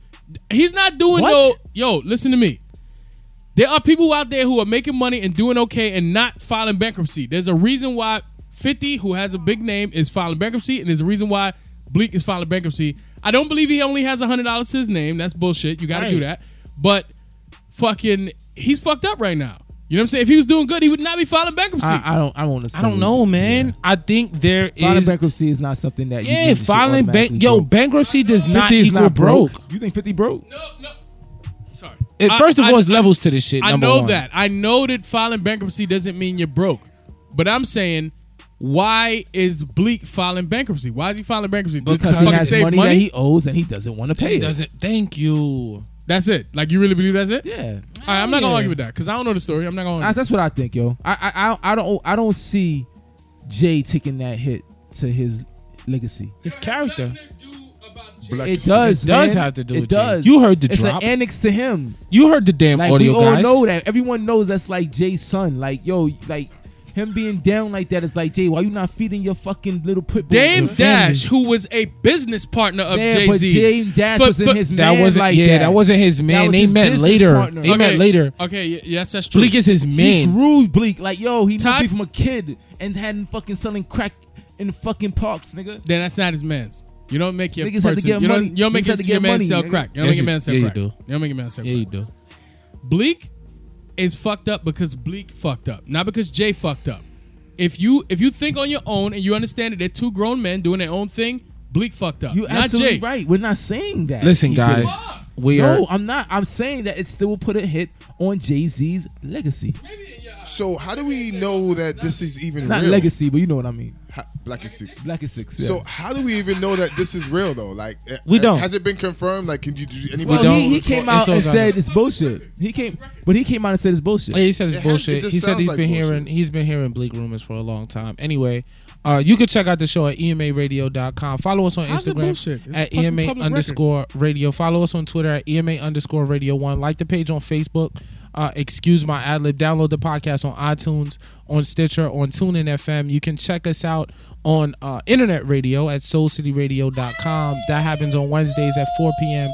S3: He's not doing
S4: What?
S3: no. Yo, listen to me. There are people out there who are making money and doing okay and not filing bankruptcy. There's a reason why 50, who has a big name, is filing bankruptcy, and there's a reason why Bleak is filing bankruptcy. I don't believe he only has $100 to his name. That's bullshit. You got to do
S4: Right.
S3: that. But fucking, he's fucked up right now. You know what I'm saying? If he was doing good, he would not be filing bankruptcy.
S5: I, I don't. I want to.
S4: I don't know, man. I think there is
S5: Filing bankruptcy is not something that. you
S4: yeah,
S5: think you should
S4: filing bank.
S5: automatically
S4: Yo,
S5: broke.
S4: bankruptcy does not
S5: 50 is
S4: equal
S5: not
S4: broke.
S5: You think Fifty broke?
S3: no, no. Sorry.
S4: It,
S3: I-
S4: first of
S3: I-
S4: all, it's levels to this shit.
S3: I
S4: number
S3: know
S4: one.
S3: that. I know that filing bankruptcy doesn't mean you're broke. But I'm saying, why is Bleak filing bankruptcy? Why is he filing bankruptcy? To- to
S5: Because he
S3: fucking
S5: has
S3: save
S5: money, that he owes and he doesn't want to pay
S4: He
S5: it.
S4: doesn't. Thank you.
S3: That's it. Like, you really believe that's it?
S5: Yeah,
S3: All right, I'm not going
S4: Yeah.
S3: to argue with that because I don't know the story. I'm not going to
S5: I,
S3: argue.
S5: that's what I think, yo. I, I I I don't I don't see Jay taking that hit to his legacy.
S4: His character.
S5: It does.
S4: It does
S5: man.
S4: have to do
S5: It
S4: with Jay.
S5: does.
S4: You heard the
S5: it's
S4: drop.
S5: an annex to him.
S4: You heard the damn
S5: Like
S4: audio,
S5: we all
S4: guys.
S5: know that. Everyone knows that's like Jay's son. Like yo, like him being down like that is like Jay. Why you not feeding your fucking little pit bull?
S3: Dame
S5: and family?
S3: Dash, who was a business partner of
S5: Yeah,
S3: Jay
S5: but
S3: Z.
S5: Dame Dash was in his
S4: That
S5: man
S4: wasn't
S5: like
S4: yeah. That.
S5: that.
S4: wasn't his man.
S5: was
S4: They
S5: his
S4: met
S5: business
S4: later.
S5: partner.
S4: They met later.
S3: Okay, y- yes, that's true.
S4: Bleak is his
S5: He
S4: man.
S5: grew bleak. Like yo, he
S3: Todd-
S5: moved from a kid and had him fucking selling crack in the fucking parks, nigga.
S3: then that's not his man's. You don't make your
S5: Niggas
S3: person.
S5: had to get
S3: you don't.
S5: money.
S3: You don't make
S5: Niggas had
S3: his,
S5: to
S3: your
S5: get
S3: man
S5: money,
S3: sell
S5: nigga.
S3: crack. You don't
S4: Yes,
S3: make your
S4: you-
S3: man sell
S4: yeah, you
S3: crack.
S4: do.
S3: don't make your man sell
S4: Yeah,
S3: crack.
S4: you do.
S3: Bleak is fucked up because Bleak fucked up, not because Jay fucked up. If you if you think on your own and you understand that they're two grown men doing their own thing, Bleak fucked up.
S5: You
S3: not
S5: absolutely
S3: Jay.
S5: right. We're not saying that.
S4: Listen,
S5: he did it.
S4: guys, we are.
S5: no, I'm not. I'm saying that it still will put a hit on Jay Z's legacy.
S6: So how do we know that this is even
S5: Not
S6: real?
S5: legacy, but you know what I mean.
S6: Ha- Black X Six.
S5: Black is six. Yeah.
S6: So how do we even know that this is real though? Like eh,
S4: We
S6: eh,
S4: don't.
S6: Has it been confirmed? Like, can you do
S5: well,
S6: anybody?
S4: don't.
S5: he, he came
S4: It's
S5: out
S4: all
S5: and
S4: gossip.
S5: said it's bullshit. He came, but he came out and said it's bullshit.
S4: Yeah, he said it's
S6: It has- it
S4: bullshit.
S6: just
S4: he said
S6: sounds
S4: he's
S6: like
S4: been
S6: bullshit.
S4: hearing he's been hearing bleak rumors for a long time. Anyway, uh, you can check out the show at E emaradio.com. Follow us on
S3: How's it bullshit? It's
S4: Instagram at
S3: pu-
S4: ema
S3: public
S4: underscore radio. Follow us on Twitter at E ema underscore radio one. Like the page on Facebook. Uh, excuse my ad lib. Download the podcast on iTunes, on Stitcher, on TuneIn FM. You can check us out on uh, internet radio at soulcityradio.com. That happens on Wednesdays at 4 p.m.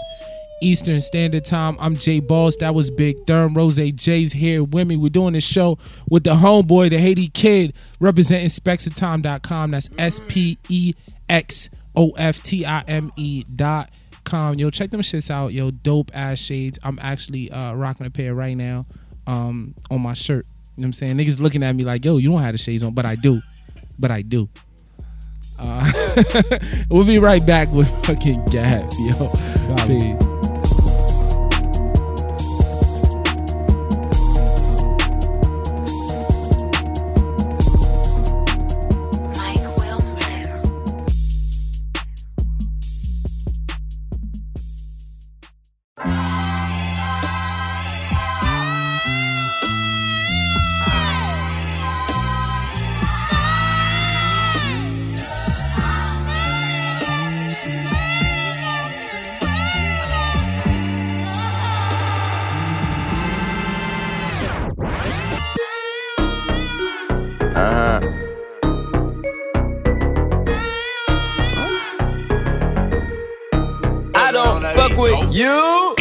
S4: Eastern Standard Time. I'm Jay Boss. That was Big Therm. Rose J's here with me. We're doing this show with the homeboy, the Haiti Kid, representing SpexaTime.com. That's S P E X O F T I M E dot com. Yo, check them shits out. Yo, dope ass shades. I'm actually uh, rocking a pair right now um, on my shirt. You know what I'm saying? Niggas looking at me like, yo, you don't have the shades on, but I do. But I do. Uh, we'll be right back with fucking Gap, yo. Peace.
S8: I don't fuck with you.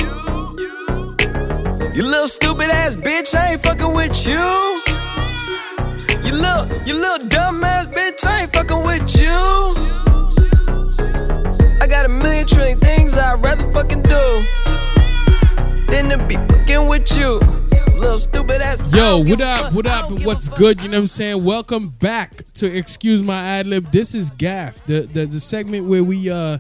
S8: You little stupid ass bitch, I ain't fucking with you. You little, you little dumb ass bitch, I ain't fucking with you. I got a million trillion things I'd rather fucking do than to be fucking with you. Little stupid ass. I
S3: Yo,
S8: don't give
S3: what
S8: a
S3: up?
S8: fuck,
S3: What
S8: I
S3: up?
S8: don't give a
S3: What's
S8: fuck.
S3: good? You know what I'm saying? Welcome back to Excuse My Ad Lib. This is Gaff, the, the the segment where we uh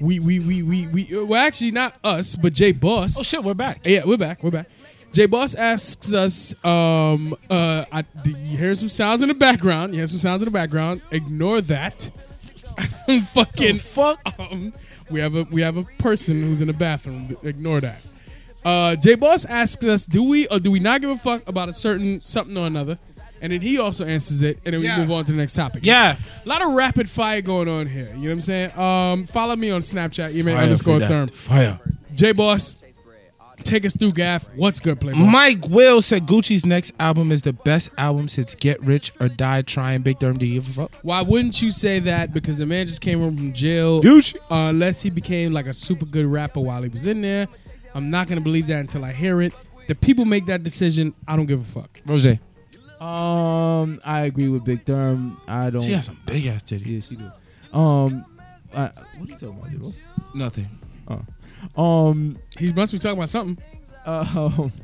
S3: we we we we we uh, well actually not us, but Jay Boss.
S4: Oh shit, we're back.
S3: Yeah, we're back. We're back. Jay Boss asks us. Um, uh, I, do you hear some sounds in the background. You hear some sounds in the background. Ignore that. Fucking fuck. Um, we have a we have a person who's in the bathroom. Ignore that. Uh, Jay Boss asks us, do we or do we not give a fuck about a certain something or another? And then he also answers it, and then we
S6: Yeah.
S3: move on to the next topic.
S4: Yeah.
S3: a lot of rapid fire going on here. You know what I'm saying? Um, follow me on Snapchat, email
S4: Fire
S3: underscore
S4: for that.
S3: therm.
S4: Fire.
S3: J Boss, take us through Gaff. What's good, Playboy?
S4: Mike Will said Gucci's next album is the best album since Get Rich or Die Trying. Big Durham, do you give a fuck?
S3: Why wouldn't you say that? Because the man just came home from jail. uh,
S4: Douche.
S3: unless he became like a super good rapper while he was in there. I'm not gonna believe that until I hear it. The people make that decision. I don't give a fuck.
S4: Rose, she
S5: Um, I agree with Big Therm. I don't.
S4: has some big ass titty.
S5: Yeah, she do. Um, I, what are you talking about, J-Boss?
S4: Nothing.
S5: Um,
S3: He must be talking about something.
S5: uh,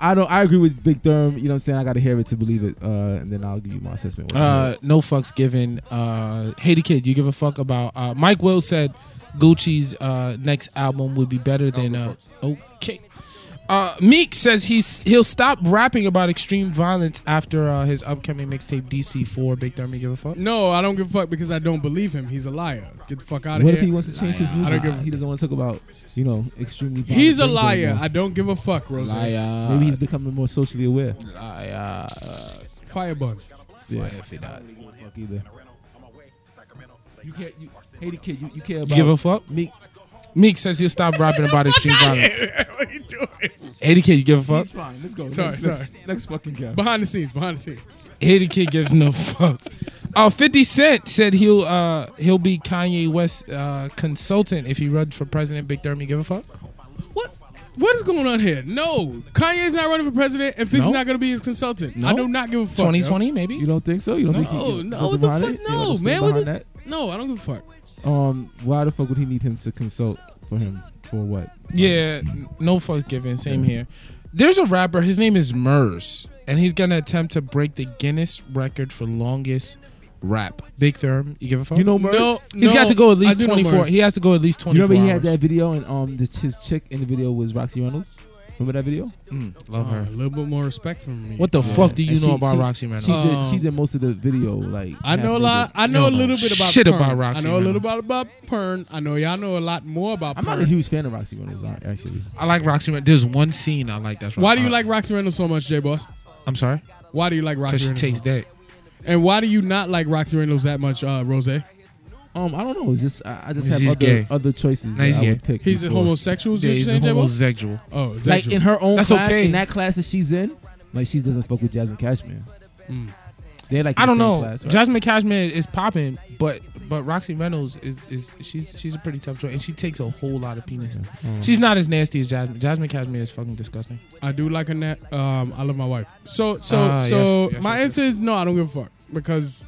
S5: I don't. I agree with Big Therm. You know what I'm saying? I got to hear it to believe it, uh, and then I'll give you my assessment. once I hear
S4: Uh, no fucks given. Uh, Haiti Kid, you give a fuck about. Uh, Mike Will said Gucci's uh, next album would be better than. Uh, okay. Uh, Meek says he's he'll stop rapping about extreme violence after uh, his upcoming mixtape DC4. Big Durham, you give a fuck?
S3: No, I don't give a fuck because I don't believe him. He's a liar. Get the fuck out
S5: it.
S3: of
S5: What
S3: here.
S5: if he wants to change his
S3: Liar. I
S5: music?
S3: don't give a-
S5: he doesn't want to talk about, you know, extremely. violent
S3: He's a
S5: things
S3: liar. uh,
S5: anymore.
S3: I don't give a fuck, Rose.
S4: Liar.
S5: Maybe he's becoming more socially aware.
S4: liar.
S3: Firebun.
S5: Yeah.
S4: If he not.
S5: fuck either. You care, you, hey, the kid, you, you care about
S4: You give a fuck?
S5: Meek.
S4: Meek says he'll stop rapping about extreme violence.
S3: what are you doing?
S4: Haiti Kid, you give a
S5: That's
S4: fuck?
S5: fine. Let's go.
S3: Sorry,
S5: next,
S3: sorry.
S5: Next, next fucking guy.
S3: Behind the scenes. Behind the scenes.
S4: Haiti Kid gives no fucks. Oh, 50 Cent said he'll uh, he'll be Kanye West uh, consultant if he runs for president. Big Durham, you give a fuck?
S3: What? What is going on here? No, Kanye's not running for president, and Fifty's
S4: No.
S3: not going to be his consultant.
S4: No.
S3: I do not give a fuck. yo.
S4: 2020, maybe?
S5: You don't think so? You don't think he
S3: No,
S5: can
S3: no,
S5: something
S3: what the
S5: behind
S3: fuck?
S5: it? You don't
S3: No,
S5: understand
S3: man, what
S5: behind
S3: the- No, I don't give a fuck.
S5: that? Um, why the fuck would he need him to consult for him? For what?
S4: Yeah, n- no fucks given. Same here. There's a rapper. His name is Murs, and he's gonna attempt to break the Guinness record for longest rap. Big Therm, you give a fuck?
S5: You know Murs?
S3: No,
S4: He's
S3: no,
S4: got to go at
S3: I
S4: least
S3: do know
S4: 24.
S3: Murs.
S4: He has to go at least
S5: You
S4: 24
S5: remember he had
S4: hours.
S5: that video and um the, his chick in the video was Roxy Reynolds. Remember that video?
S4: Mm, love
S3: Uh,
S4: her.
S3: a little bit more respect from me.
S4: What the
S3: Yeah.
S4: fuck do you
S5: And
S4: know
S5: she-
S4: about
S5: she-
S4: Roxy Uh,
S5: She
S4: Reynolds?
S5: did.
S3: Um,
S5: She did most of the video. Like
S3: I know a
S5: half
S3: lot.
S5: of it.
S3: I know
S4: No,
S3: a
S4: no.
S3: little bit about
S4: Shit
S3: Pern.
S4: about Roxy
S3: I know a little bit
S4: Reynolds.
S3: about Pern. I know y'all know a lot more about.
S5: I'm not
S3: Pern.
S5: a huge fan of Roxy Reynolds uh, actually.
S4: I like Roxy Reynolds. There's one scene I like that's
S3: Why do you
S4: uh,
S3: like Roxy Reynolds so much, J Boss?
S4: I'm sorry?
S3: Why do you like Roxy
S4: Because she
S3: Reynolds?
S4: takes that.
S3: and why do you not like Roxy Reynolds that much, uh, Rose?
S5: Um, I don't know. It's just I, I just
S4: He's-
S5: have
S4: he's
S5: other
S4: gay.
S5: other choices
S4: No, he's
S5: that I
S4: gay.
S5: would pick.
S3: He's a
S5: before.
S3: homosexual, is
S4: Yeah,
S3: what you
S4: he's
S3: saying, J Boss?
S4: homosexual.
S3: Oh, is that
S5: Like
S3: true?
S5: in her own
S4: That's
S5: class,
S4: okay.
S5: in that class that she's in, like she doesn't fuck with Jasmine Cashman. They're like
S4: Hmm.
S5: in
S4: I
S5: the
S4: don't
S5: same
S4: know.
S5: Class, right?
S4: Jasmine Cashman is popping, but but Roxy Reynolds is is she's she's a pretty tough joint, and she takes a whole lot of penis.
S5: Mm-hmm.
S4: She's not as nasty as Jasmine. Jasmine Cashman is fucking disgusting.
S3: I do like a net. Um, I love my wife. So, so,
S4: Ah,
S3: so,
S4: yes, yes,
S3: my
S4: yes,
S3: answer is no. I don't give a fuck because.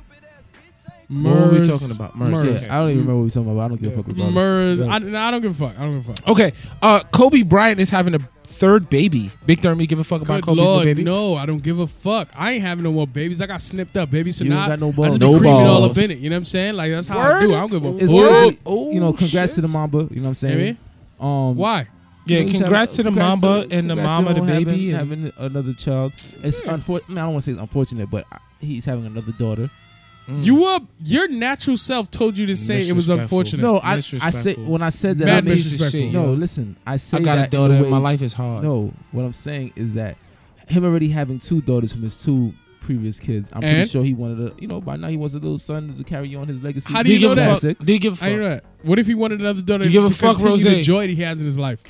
S4: What were we
S3: Murs-
S4: talking about? Murs,
S5: Yeah,
S3: Murs.
S5: I don't even remember what we talking about. I don't give a fuck about
S3: Murs. I, no, I don't give a fuck. I don't give a fuck.
S4: Okay, uh, Kobe Bryant is having a third baby. Big Therm, you give a fuck about
S3: Good
S4: Kobe's
S3: lord,
S4: new baby?
S3: no, I don't give a fuck. I ain't having no more babies. I got snipped up, baby. So
S5: You don't
S3: now
S5: got no
S3: I
S5: balls.
S3: just
S5: No
S3: be creaming all
S5: balls.
S3: up in it. You know what I'm saying? Like that's how I do. I don't give a
S5: It's
S3: fuck.
S5: crazy.
S4: Oh,
S5: you know, congrats
S4: shit.
S5: to the Mamba. You know what I'm saying?
S3: Amen.
S5: Um,
S3: Why?
S4: Yeah,
S5: you know,
S4: congrats
S5: he's
S4: to the
S5: having-
S4: mama and the
S5: congrats to
S4: mama, the
S5: him having-
S4: baby. and-
S5: having another child. It's unfortunate. I, mean, I don't want to say it's unfortunate, but I- he's having another daughter.
S3: You were your natural self told you to say it was
S4: Disrespectful.
S3: unfortunate.
S5: No, I, I said
S4: Disrespectful.
S5: when I said that,
S3: Mad
S5: I mean,
S3: disrespect. disrespectful.
S4: Shit,
S5: no.
S4: yo.
S5: Listen, I say
S4: I got
S5: that
S4: a
S5: in
S4: daughter and
S5: way-
S4: my life is hard.
S5: No, what I'm saying is that him already having two daughters from his two previous kids. I'm pretty
S3: And?
S5: sure he wanted a, you know, by now he wants a little son to carry on his legacy.
S3: How do you
S4: give
S3: know
S4: a
S3: that?
S4: fuck? Do you give a
S3: I know
S4: fuck?
S3: that. What if he wanted another daughter?
S4: You give a
S3: to
S4: fuck,
S3: continue The
S4: Rosé.
S3: joy that he has in his life.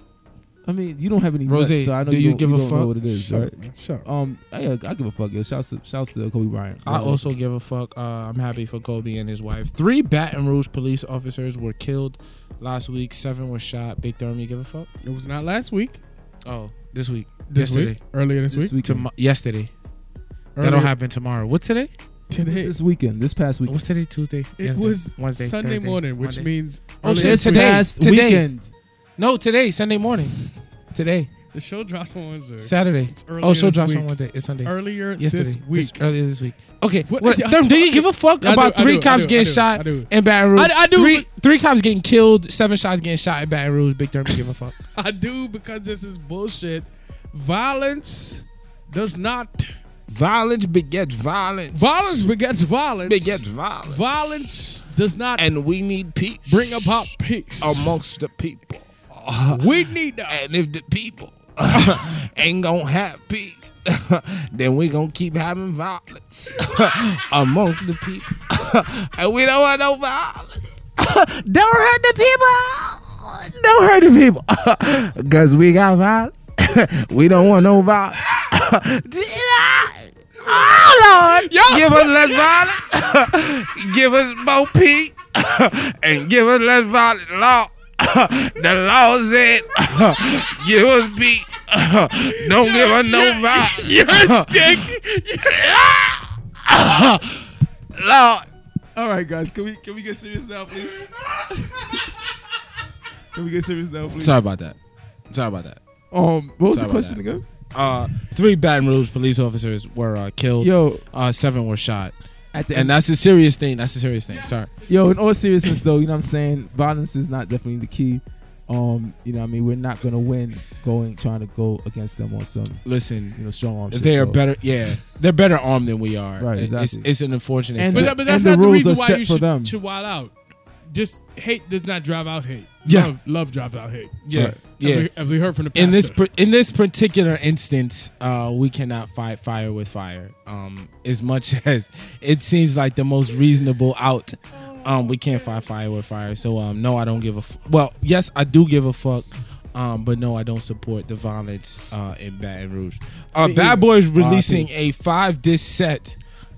S5: I mean, you don't have any
S4: Rose,
S5: nuts, so I know
S4: do you
S5: don't-
S4: give a
S5: don't
S4: fuck?
S5: Know what it is,
S3: Shut
S5: right?
S3: up. man. Shut up.
S5: Um, I, I give a fuck, yo. Shouts to, shouts to Kobe Bryant.
S4: I
S5: Yo.
S4: also give a fuck. Uh, I'm happy for Kobe and his wife. Three Baton Rouge police officers were killed last week. Seven were shot. Big Therm, you give a fuck?
S3: It was not last week.
S4: Oh, this week.
S3: This
S4: yesterday.
S3: week. Earlier this,
S5: this
S3: week.
S5: weekend.
S4: Tomo- yesterday.
S3: Earlier
S4: That'll happen tomorrow. What's today?
S3: Today.
S5: This weekend, this past weekend.
S4: What's today? Tuesday.
S3: It
S4: Yesterday.
S3: was
S4: Wednesday.
S3: Sunday
S4: Thursday,
S3: morning, which
S4: Monday.
S3: means
S4: Oh,
S3: earlier
S4: shit,
S3: this
S5: This
S3: week.
S4: today.
S5: past
S4: today.
S5: weekend.
S4: no today. Sunday morning. Today.
S3: The show drops on Wednesday.
S4: Saturday.
S3: It's earlier
S4: Oh, show
S3: this
S4: drops on
S3: week.
S4: Wednesday. It's Sunday.
S3: Earlier
S4: yesterday.
S3: this week.
S4: This- earlier this week. Okay.
S3: What
S4: What,
S3: are y'all
S4: Therm, do you
S3: talking-
S4: give a fuck
S3: I do,
S4: about
S3: I
S4: three
S3: do, I
S4: cops
S3: do, I
S4: getting
S3: do,
S4: shot
S3: I do.
S4: in Baton Rouge?
S3: I- I do,
S4: Three,
S3: but-
S4: three cops getting killed. Seven shots getting shot in Baton Rouge. Big Therm, you give a fuck.
S3: I do because this is bullshit. Violence does not.
S4: Violence begets violence.
S3: Violence begets violence.
S4: violence.
S3: Violence does not
S4: And we need peace
S3: bring about peace.
S4: the people.
S3: we need that.
S4: And if the people ain't gonna have peace, then we gonna keep having violence amongst the people. and we don't want no violence. don't hurt the people. Don't hurt the people. Because we got violence. we don't want no violence. Jesus. Oh, Lord. Give us less violence. give us more peace. and give us less violence. Law. the law said, give us peace. don't give us no violence. You're Lord.
S5: All right, guys, can we can we get serious now, please? can we get serious now, please?
S4: Sorry about that. Sorry about that.
S5: Um, what was
S4: Sorry about
S5: the question
S4: that.
S5: again?
S4: Uh, three Baton Rouge police officers were uh, killed.
S5: Yo,
S4: Uh, seven were shot.
S5: at the
S4: And
S5: end,
S4: that's a serious thing. That's a serious thing. Sorry.
S5: yo, in all seriousness, though, you know what I'm saying? Violence is not definitely the key. Um, you know, what I mean, we're not gonna win going trying to go against them on some
S4: Listen,
S5: you know strong arm. shit,
S4: they are
S5: so-
S4: better. Yeah, they're better armed than we are.
S5: Right,
S4: It's-
S5: exactly.
S4: It's, it's an unfortunate. fact.
S5: And
S3: But,
S5: the-
S3: that, but that's
S5: and
S3: not
S5: the
S3: the,
S5: rules
S3: reason
S5: are
S3: why
S5: set
S3: you
S5: for
S3: should
S5: them.
S3: to wild out. Just hate does not drive out hate.
S4: Yeah.
S3: Love, love drives out hate.
S4: yeah,
S5: Right.
S4: yeah.
S3: As we, as we heard from the pastor.
S4: in this par- in this particular instance, uh, we cannot fight fire with fire. Um, as much as it seems like the most reasonable out, um, we can't fight fire with fire. So um, no, I don't give a f- well. Yes, I do give a fuck. Um, but no, I don't support the violence uh, in Baton Rouge. Uh, Bad Boy is releasing a five disc set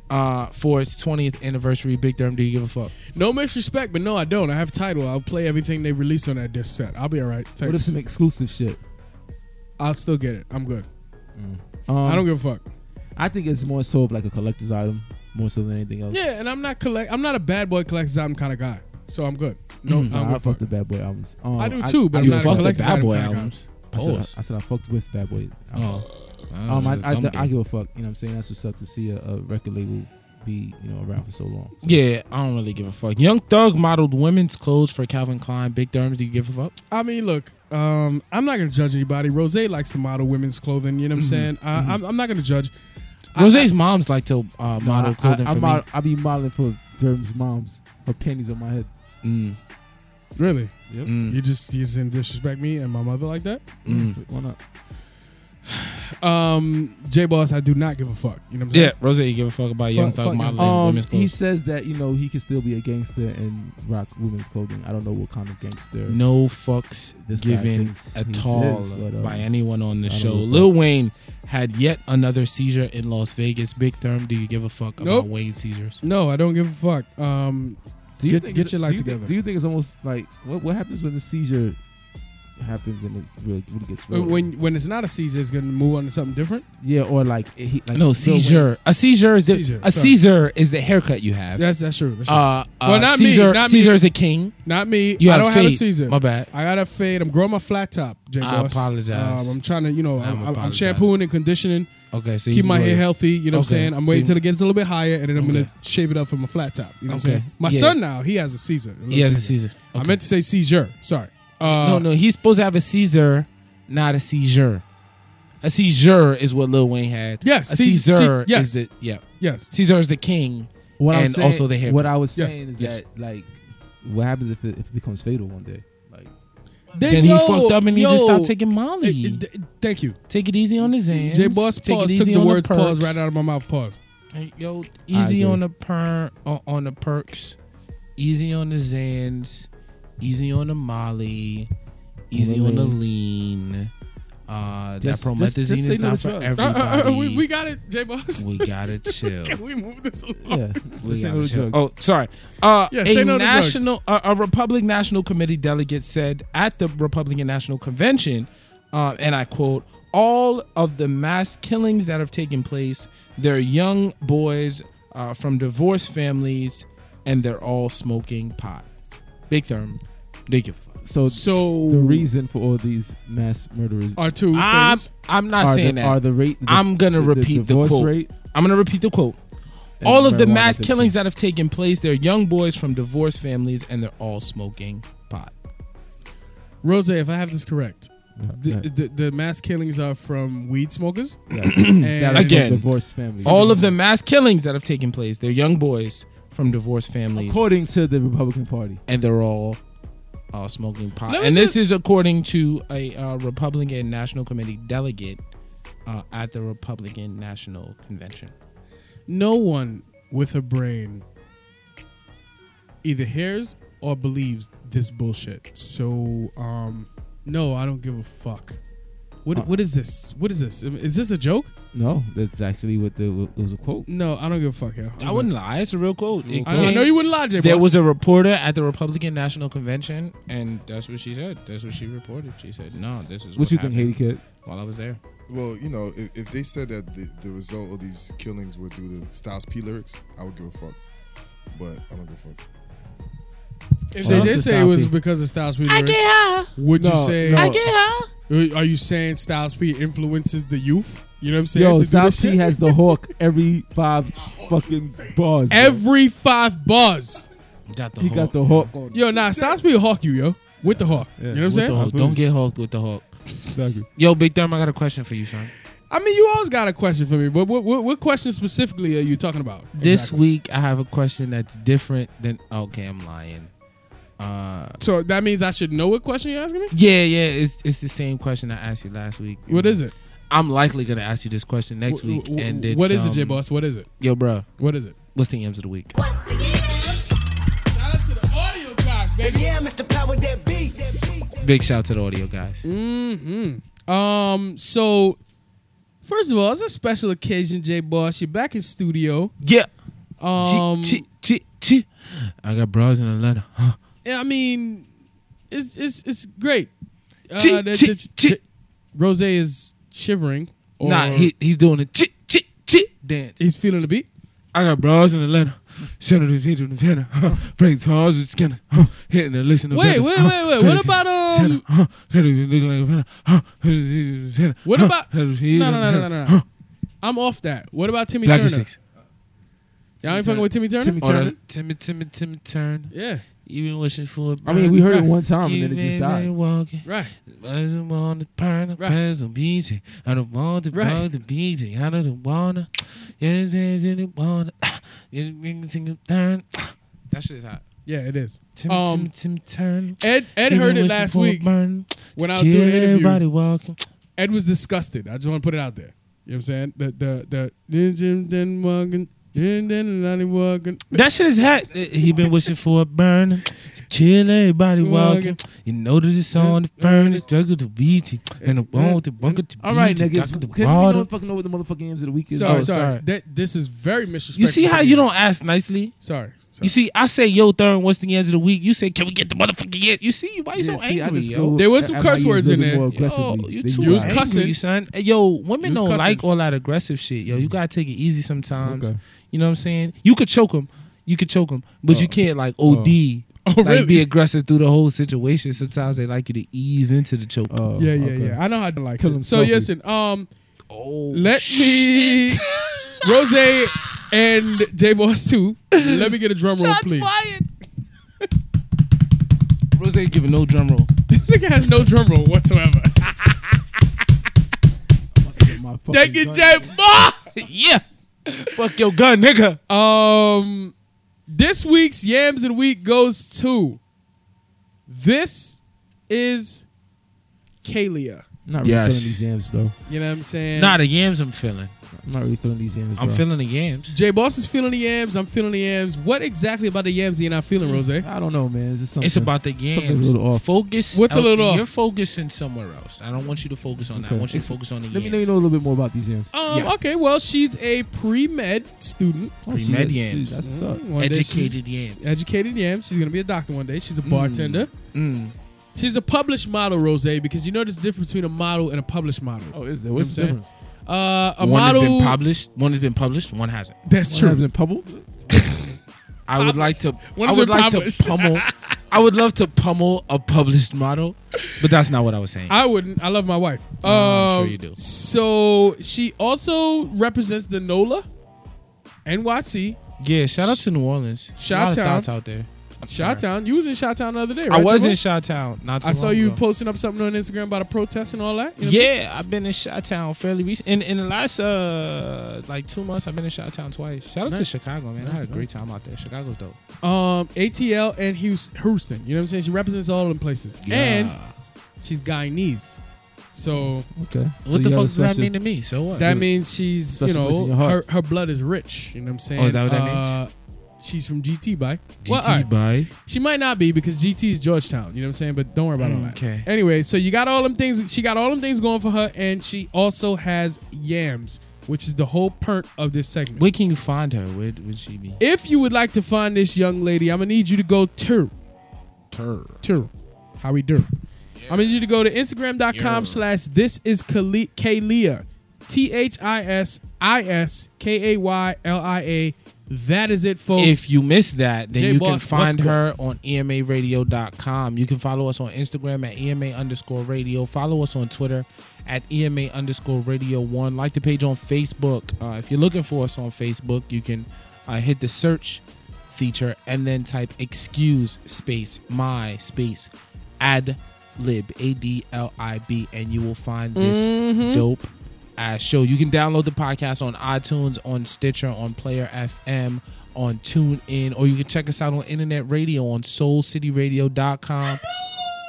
S4: uh, for its 20th anniversary. Big Derm, do you give a fuck?
S3: no disrespect, but no, I don't. I have title. I'll play everything they release on that disc set. I'll be all right.
S5: What if
S3: Thanks.
S5: some exclusive shit?
S3: I'll still get it. I'm good.
S5: Um,
S3: I don't give a fuck.
S5: I think it's more so of like a collector's item, more so than anything else.
S3: Yeah, and I'm not collect. I'm not a bad boy collector's item kind of guy, so I'm good. No, I
S5: Mm-hmm. Nah,
S3: don't
S5: I,
S3: give a
S5: fuck
S3: fuck.
S5: the Bad Boy albums. Um,
S3: I do too, but
S5: I,
S3: I'm
S5: do
S3: not a
S4: fuck
S5: fuck the-
S4: the
S3: collector's
S4: Bad
S3: item
S4: Boy
S3: kind of guy.
S4: albums.
S5: I said,
S4: Pause.
S5: I, I said I fucked with Bad Boy. albums.
S4: Oh.
S5: Um, I, I, I, give a fuck. You know what I'm saying? That's what's up to see a, a record label be you know around for so long.
S4: Yeah, I don't really give a fuck. Young Thug modeled women's clothes for Calvin Klein. Big Derms, do you give a fuck?
S3: I mean, look, um, I'm not gonna judge anybody. Rose likes to model women's clothing. You know what I'm saying? I, I'm, I'm not gonna judge. I-
S4: Rose's moms like to uh, model
S5: I-
S4: clothing
S5: I, I,
S4: for
S5: mod- I be modeling for Durham's moms. Her panties on my head.
S4: me.
S3: Really?
S5: Yep.
S4: Mm, mm,
S3: You just you just didn't disrespect me and my mother like that?
S4: mm.
S5: Why not?
S3: Um, J Boss, I do not give a fuck. You know what I'm
S4: Yeah,
S3: saying?
S4: Rose, you give a fuck about Young
S3: Fuck- fuck
S4: Thug
S3: him.
S4: modeling
S5: Um,
S4: women's
S5: he
S4: clothes?
S5: says that you know he can still be a gangster and rock women's clothing. I don't know what kind of gangster.
S4: No fucks
S5: This guy
S4: given
S5: thinks he
S4: at all
S5: is, but, uh,
S4: by anyone on the
S5: I don't
S4: show.
S5: give a fuck.
S4: Lil Wayne had yet another seizure in Las Vegas. Big Therm, do you give a fuck
S3: Nope.
S4: about Wayne seizures?
S3: No, I don't give a fuck. Um,
S5: Do
S3: Get-
S5: think
S3: get
S5: it's-
S3: your life
S5: do you think-
S3: together.
S5: do you think it's almost like what what happens when the seizure happens and it's really really gets real?
S3: when when it's not a season, it's gonna move on to something different.
S5: yeah, or like, it, he, like
S4: No,
S5: Lil Wayne-
S4: seizure. A seizure is the,
S3: Seizure,
S4: a
S3: sorry.
S4: seizure is the haircut you have.
S3: That's that's true. That's true.
S4: uh, uh,
S3: Well, not me,
S4: Caesar,
S3: not me.
S4: Caesar is a king.
S3: not me.
S4: You
S3: I
S4: have
S3: don't have a
S4: fade.
S3: season.
S4: My bad.
S3: I got a fade. I'm growing my flat top, J
S4: I
S3: Boss.
S4: apologize.
S3: Um, I'm trying to, you know,
S4: I
S3: I'm, I'm- I'm
S4: apologize.
S3: shampooing and conditioning,
S4: Okay, so
S3: keep
S4: you
S3: my
S4: loyal.
S3: hair healthy. You know what I'm
S4: Okay.
S3: saying? I'm waiting
S4: See-
S3: till it gets a little bit higher, and then I'm
S4: Okay.
S3: gonna shave it up for my flat top. You know what I'm
S4: Okay.
S3: saying? My
S4: Yeah.
S3: son now, he has a season.
S4: He has a Caesar.
S3: I
S4: Okay.
S3: meant to say seizure. Sorry. Uh,
S4: no, no, he's supposed to have a Caesar, not a seizure. A seizure is what Lil Wayne had.
S3: Yes,
S4: a
S3: Caes-
S4: Caesar
S3: Ce- yes.
S4: is the yeah.
S3: Yes.
S4: Caesar is the king.
S5: What I'm
S4: And
S5: saying-
S4: also the haircut.
S5: What I was
S3: Yes.
S5: saying is
S4: Yes.
S5: that like, what happens if it, if it becomes fatal one day? Like,
S4: Then
S3: yo,
S4: he fucked up and he just
S3: yo.
S4: stopped taking Molly.
S3: Hey, d- d- Thank you.
S4: Take it easy on the Zans.
S3: J Boss
S4: Take
S3: pause
S4: it
S3: took
S4: easy
S3: the
S4: on
S3: words pause
S4: perks.
S3: right out of my mouth. Pause.
S4: Hey, Yo,
S5: I agree.
S4: easy on the per on, on the perks, easy on the Zans, easy on the Molly, easy
S5: the
S4: on the
S5: lean.
S4: lean. Uh,
S5: Just-
S4: that promethazine
S5: just- just say
S4: is
S5: no
S4: not
S5: to
S4: for
S5: drugs.
S3: Uh, uh,
S4: everybody.
S3: uh, we, we got it, J Boss.
S4: We gotta chill.
S3: Can we move this along?
S5: yeah,
S4: We
S5: Say
S4: gotta
S5: no to
S4: chill.
S5: drugs.
S4: Oh, sorry. Uh,
S3: Yeah, say
S4: a
S3: no to drugs.
S4: national, uh, a Republic National Committee delegate said at the Republican National Convention, uh, and I quote: "All of the mass killings that have taken place, they're young boys uh, from divorced families, and they're all smoking pot." Big Therm, they give. a fuck.
S5: So,
S3: So
S5: the reason for all these mass murderers
S3: are two
S4: I'm,
S3: things.
S4: I'm not
S5: are
S4: saying
S5: the,
S4: that.
S5: are the rate. the-
S4: I'm gonna
S5: the-
S4: repeat the
S5: divorce
S4: quote.
S5: rate.
S4: I'm gonna repeat the quote.
S5: and
S4: all of the
S5: marijuana
S4: mass
S5: addiction.
S4: killings that have taken place, they're young boys from divorced families, and they're all smoking pot.
S3: Rose, if I have this correct, the,
S5: Yeah, yeah.
S3: the, the mass killings are from weed smokers.
S5: Yes.
S3: And
S5: From
S4: Again,
S5: divorced families.
S4: All of the mass killings that have taken place, they're young boys from divorced families,
S5: according to the Republican Party.
S4: and they're all uh, smoking pot.
S3: Let me
S4: And this
S3: just-
S4: is according to a uh, Republican National Committee delegate uh, at the Republican National Convention.
S3: no one with a brain either hears or believes this bullshit. So, um, no, I don't give a fuck. What,
S5: Uh.
S3: what is this? What is this? Is this a joke?
S5: No, that's actually what the what- it was a quote.
S3: No, I don't give a fuck. Yeah,
S4: I wouldn't lie; it's a real quote. It
S3: I, I
S4: came-
S3: know you wouldn't lie, J.
S4: There
S3: Boss.
S4: was a reporter at the Republican National Convention, and that's what she said. That's what she reported. She said, "No, this is
S5: What, you think,
S4: happened
S5: Haiti Kid?
S4: While I was there,
S6: Well, you know, if, if they said that the, the result of these killings were due to Styles P lyrics, I would give a fuck. But I don't give a fuck.
S3: If they
S5: Shout out
S3: did
S5: to
S3: say it
S5: Styles
S3: was
S5: P.
S3: because of Styles P. lyrics, would you
S5: No,
S3: say?
S5: no. I
S3: Uh, Are you saying Styles P influences the youth? You know what I'm saying?
S5: Yo,
S3: To do
S5: South
S3: this
S5: P
S3: shit?
S5: has the hawk every five fucking bars. bro.
S3: every five bars.
S4: got the
S5: he got the hawk on.
S3: Yo, nah, Styles P will hawk you, yo, with the hawk. you
S5: Yeah,
S3: know what I'm
S5: with the
S3: saying?
S5: hawk.
S4: Don't get hawked with the hawk.
S5: Exactly.
S4: Yo, Big Therm, I got a question for you, son.
S3: I mean, you always got a question for me, but what, what, what question specifically are you talking about?
S4: This
S3: exactly?
S4: week, I have a question that's different than. Okay, I'm lying. Uh,
S3: So that means I should know what question you're asking me.
S4: yeah, yeah, it's it's the same question I asked you last week.
S3: What is it?
S4: I'm likely gonna ask you this question next
S3: W-
S4: week.
S3: w-
S4: and
S3: w-
S4: it's,
S3: what is it,
S4: um,
S3: J Boss? What is it?
S4: Yo, bro,
S3: What is it?
S4: what's the M's of the week?
S3: Shout out to the audio guys, baby.
S8: Yeah, Mr. Power, that beat. That beat.
S4: Big shout out to the audio guys.
S3: Mm. Um, so first of all, it's a special occasion, J Boss. You're back in studio.
S4: Yeah.
S3: Um,
S4: Chi- chi- chi- chi. I got bras in Atlanta. Huh.
S3: Yeah, I mean, it's it's it's great. Uh,
S4: Chi-
S3: that-
S4: chi-
S3: that-
S4: chi-
S3: that- Rose is shivering. Or
S4: Nah, he, he's doing a chi- chi- chi dance.
S3: he's feeling the beat.
S4: I got bras in Atlanta. Center to center to center. Huh. Bring tars with skinner. Huh. Hitting the listen to
S3: Wait,
S4: better.
S3: wait,
S4: Huh.
S3: wait, wait.
S4: Center
S3: What
S4: to
S3: about, um,
S4: center. Huh. Center to look like a fender. Huh. Center to center.
S3: What
S4: Huh.
S3: about-
S4: Center to
S3: No,
S4: center.
S3: no, no, no, no, no.
S4: Huh.
S3: I'm off that. What about Timmy
S4: Black and
S3: Turner?
S4: six.
S3: Y'all ain't fucking with Timmy Turner?
S4: Timmy
S5: Oh,
S4: Turner.
S5: that's-
S4: Timmy, Timmy, Timmy Turner.
S3: Yeah,
S4: You been wishing for a
S5: I mean, we heard it
S3: Right.
S5: one time and
S4: You
S5: then it just
S4: been
S5: died.
S4: walking.
S3: right.
S4: I don't want to burn up
S3: Right.
S4: as a beating. I don't want to
S3: Right.
S4: bug the beating. I don't wanna. Yes, yes, I don't wanna. You didn't make me think of turn. That shit is hot.
S3: Yeah, it is.
S4: Tim,
S3: Um,
S4: Tim, Tim, turn.
S3: Ed Ed
S4: You
S3: heard
S4: been
S3: it
S4: wishing
S3: last
S4: for a
S3: week
S4: burn.
S3: when I was
S4: Get
S3: doing the
S4: everybody
S3: interview.
S4: walking.
S3: Ed was disgusted. I just want to put it out there. You know what I'm saying? The the the then Jim then walking, then then Lonnie walking.
S4: That shit is hot. He been wishing for a burn. To kill everybody walking.
S3: Walking.
S4: You know that it's on the furnace. Struggle to beat it. And I want to bug the beating.
S5: All right, niggas.
S4: Juggle the
S5: Can we
S4: water.
S5: don't fucking know what the motherfucking names of the week is?
S3: Sorry,
S4: Oh,
S3: sorry.
S4: sorry.
S3: That this is very disrespectful.
S4: You see how
S3: to
S4: you
S3: me.
S4: don't ask nicely?
S3: Sorry. sorry.
S4: You see, I say yo third what's the end of the week. You say, can we get the motherfucking end? You see, why you
S5: Yeah,
S4: so
S5: see, I
S4: angry,
S5: just
S4: yo?
S5: go-
S3: There was some
S5: I- I might
S3: curse
S5: use
S3: words
S5: a
S3: in
S5: little
S3: there.
S5: more
S4: Yo,
S5: aggressively
S4: Oh, you
S5: than
S4: too
S3: You was
S5: are.
S4: angry,
S3: cussing.
S4: son. Hey, Yo, women
S3: You was
S4: don't
S3: cussing.
S4: like all that aggressive shit. Yo, you gotta take it easy sometimes.
S5: Okay.
S4: You know what I'm saying? You could choke them, you could choke them, but you can't like OD,
S3: Oh,
S4: like
S3: really?
S4: be aggressive through the whole situation. Sometimes they like you to ease into the choke.
S5: Oh,
S3: yeah, yeah,
S5: okay.
S3: yeah. I know how to like
S5: Kill him
S3: it. So
S5: softly.
S3: listen, um,
S4: oh,
S3: let
S4: shit.
S3: me, Rose and J Boss too. Let me get a drum roll,
S4: Shots
S3: Oh, please.
S4: fired. Rose ain't giving no drum roll.
S3: This nigga has no drum roll whatsoever.
S5: My fucking
S3: Thank you,
S5: gun.
S3: J Boss.
S4: yeah. Fuck your gun, nigga.
S3: Um, this week's yams of the week goes to. This is Kalia.
S5: I'm not really
S4: Yes.
S5: feeling these jams, bro.
S3: You know what I'm saying?
S4: Nah, the yams I'm feeling.
S5: I'm not really feeling these jams.
S4: I'm
S5: bro.
S4: feeling the yams.
S3: J Boss is feeling the yams. I'm feeling the yams. What exactly about the yams are you not feeling, Rose?
S5: I don't know, man. It's just something.
S4: It's about the
S5: Something's
S4: yams.
S5: a little off.
S4: Focus.
S3: What's a
S4: out-
S3: little off?
S4: You're focusing somewhere else. I don't want you to focus on that. I
S5: Okay.
S4: want you to focus on the Oh,
S5: Let me
S4: yams.
S5: know you know a little bit more about these jams.
S3: Um,
S4: Yeah.
S3: Okay, well, she's a pre med student.
S5: Oh, shit,
S4: Pre-med
S5: shit,
S4: yams.
S5: That's what's up.
S3: One day she's-
S4: Educated yams.
S3: Educated yams. She's going to be a doctor one day. She's a bartender.
S4: Mm.
S3: She's a published model, Rose, because you know there's a difference between a model and a published model.
S5: Oh, is there?
S3: What's
S5: What's
S3: the
S5: the
S3: difference?
S5: difference?
S3: Uh, a
S4: one
S3: model.
S4: has been published. One has been published. One hasn't.
S3: that's true.
S5: in public?
S4: I would like to.
S3: One
S4: I
S3: has
S4: would
S3: been
S4: like
S3: published.
S4: to pummel. I would love to pummel a published model, but that's not what I was saying.
S3: I wouldn't. I love my wife.
S4: Oh, I'm sure
S3: Um,
S4: you do.
S3: So she also represents the NOLA, NYC,
S4: yeah, shout out to New Orleans.
S3: Shout
S4: A lot of
S3: town.
S4: thoughts out there.
S3: Chi Town. You was in Chi Town the other day, right?
S4: I was in
S3: Jerome?
S4: Chi Town. Not too
S3: I saw
S4: long
S3: you
S4: ago.
S3: posting up something on Instagram about a protest and all that. you know what I'm
S4: Yeah, I've been in Chi Town fairly recent. In in the last uh like two months, I've been in Chi Town twice. Shout out to
S3: Nice.
S4: Chicago, man. I had a great time out there. Chicago's dope.
S3: um, ATL and Hous- Houston. You know what I'm saying? She represents all them places, and she's Guyanese, so
S5: Okay.
S4: what the fuck does that mean to me? So what?
S3: that means she's you
S5: Special place
S3: know
S5: in your heart.
S3: her, her blood is rich. You know what I'm saying?
S4: Oh, is that what that means?
S3: Uh, She's from GT by.
S4: GT by
S3: She might not be because GT is Georgetown. You know what I'm saying? But don't worry about all that.
S4: Okay.
S3: Anyway, so you got all them things. She got all them things going for her, and she also has yams, which is the whole perk of this segment.
S4: Where can you find her? Where would she be?
S3: If you would like to find this young lady, I'm gonna need you to go to
S4: Tur.
S3: to how we do. I'm gonna need you to go to Instagram.com slash this is Kali- Kalia. T H I S I S K A Y L I A. That is it, folks.
S4: If you miss that, then
S3: Jay
S4: you can
S3: Boss, what's
S4: find
S3: good?
S4: her on E emaradio.com. You can follow us on Instagram at ema underscore radio. Follow us on Twitter at ema underscore radio one. Like the page on Facebook. Uh, if you're looking for us on Facebook, you can uh, hit the search feature and then type excuse space my space ad lib a d l i b and you will find this dope ass show. You can download the podcast on iTunes, on Stitcher, on Player FM, on TuneIn, or you can check us out on internet radio on SoulCityRadio.com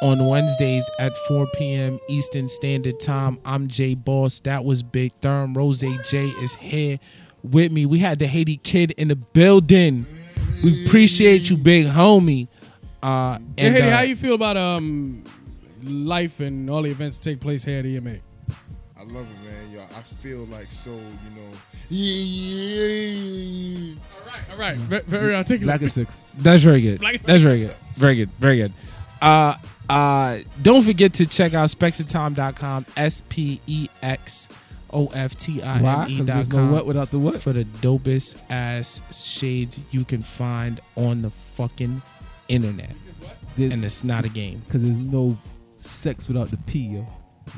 S4: on Wednesdays at 4 p.m. Eastern Standard Time. I'm Jay Boss. That was Big Therm. Rose J is here with me. We had the Haiti kid in the building. We appreciate you, big homie. Uh,
S3: Hey,
S4: and,
S3: Haiti,
S4: uh,
S3: how you feel about um life and all the events that take place here at E EMA?
S6: I love it, man. Yo, I feel like so, you know. Yeah, yeah, yeah.
S3: All right, ve- very articulate.
S5: Black and six.
S4: That's very good.
S3: Like it's
S4: That's
S3: like
S4: very good. Very good. Very good. Uh, uh, don't forget to check out spexatime.com, S P E X O F T I
S5: Why?
S4: M
S5: Because there's no what
S4: E.com
S5: without the what.
S4: for the dopest ass shades you can find on the fucking internet. And
S5: Because
S4: it's not a game.
S5: there's no sex without the P, yo.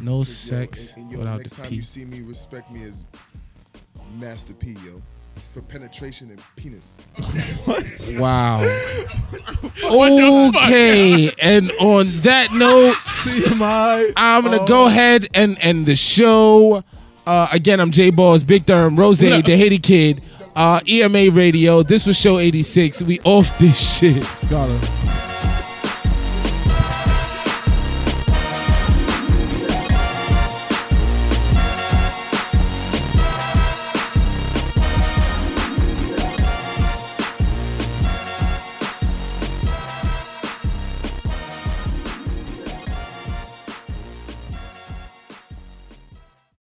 S4: No sex
S6: and, and yo,
S4: without
S6: next
S4: the
S6: time
S4: P.
S6: you see me, respect me as Master P, yo. for penetration and penis.
S5: Wow. okay, and on that note,
S9: TMI.
S5: I'm gonna go ahead and end the show. Uh, again, I'm J Balls, Big Durham, Rose, the Haiti
S4: E
S5: Kid, uh, EMA Radio. This was show 86. We off this shit.
S9: Scholar.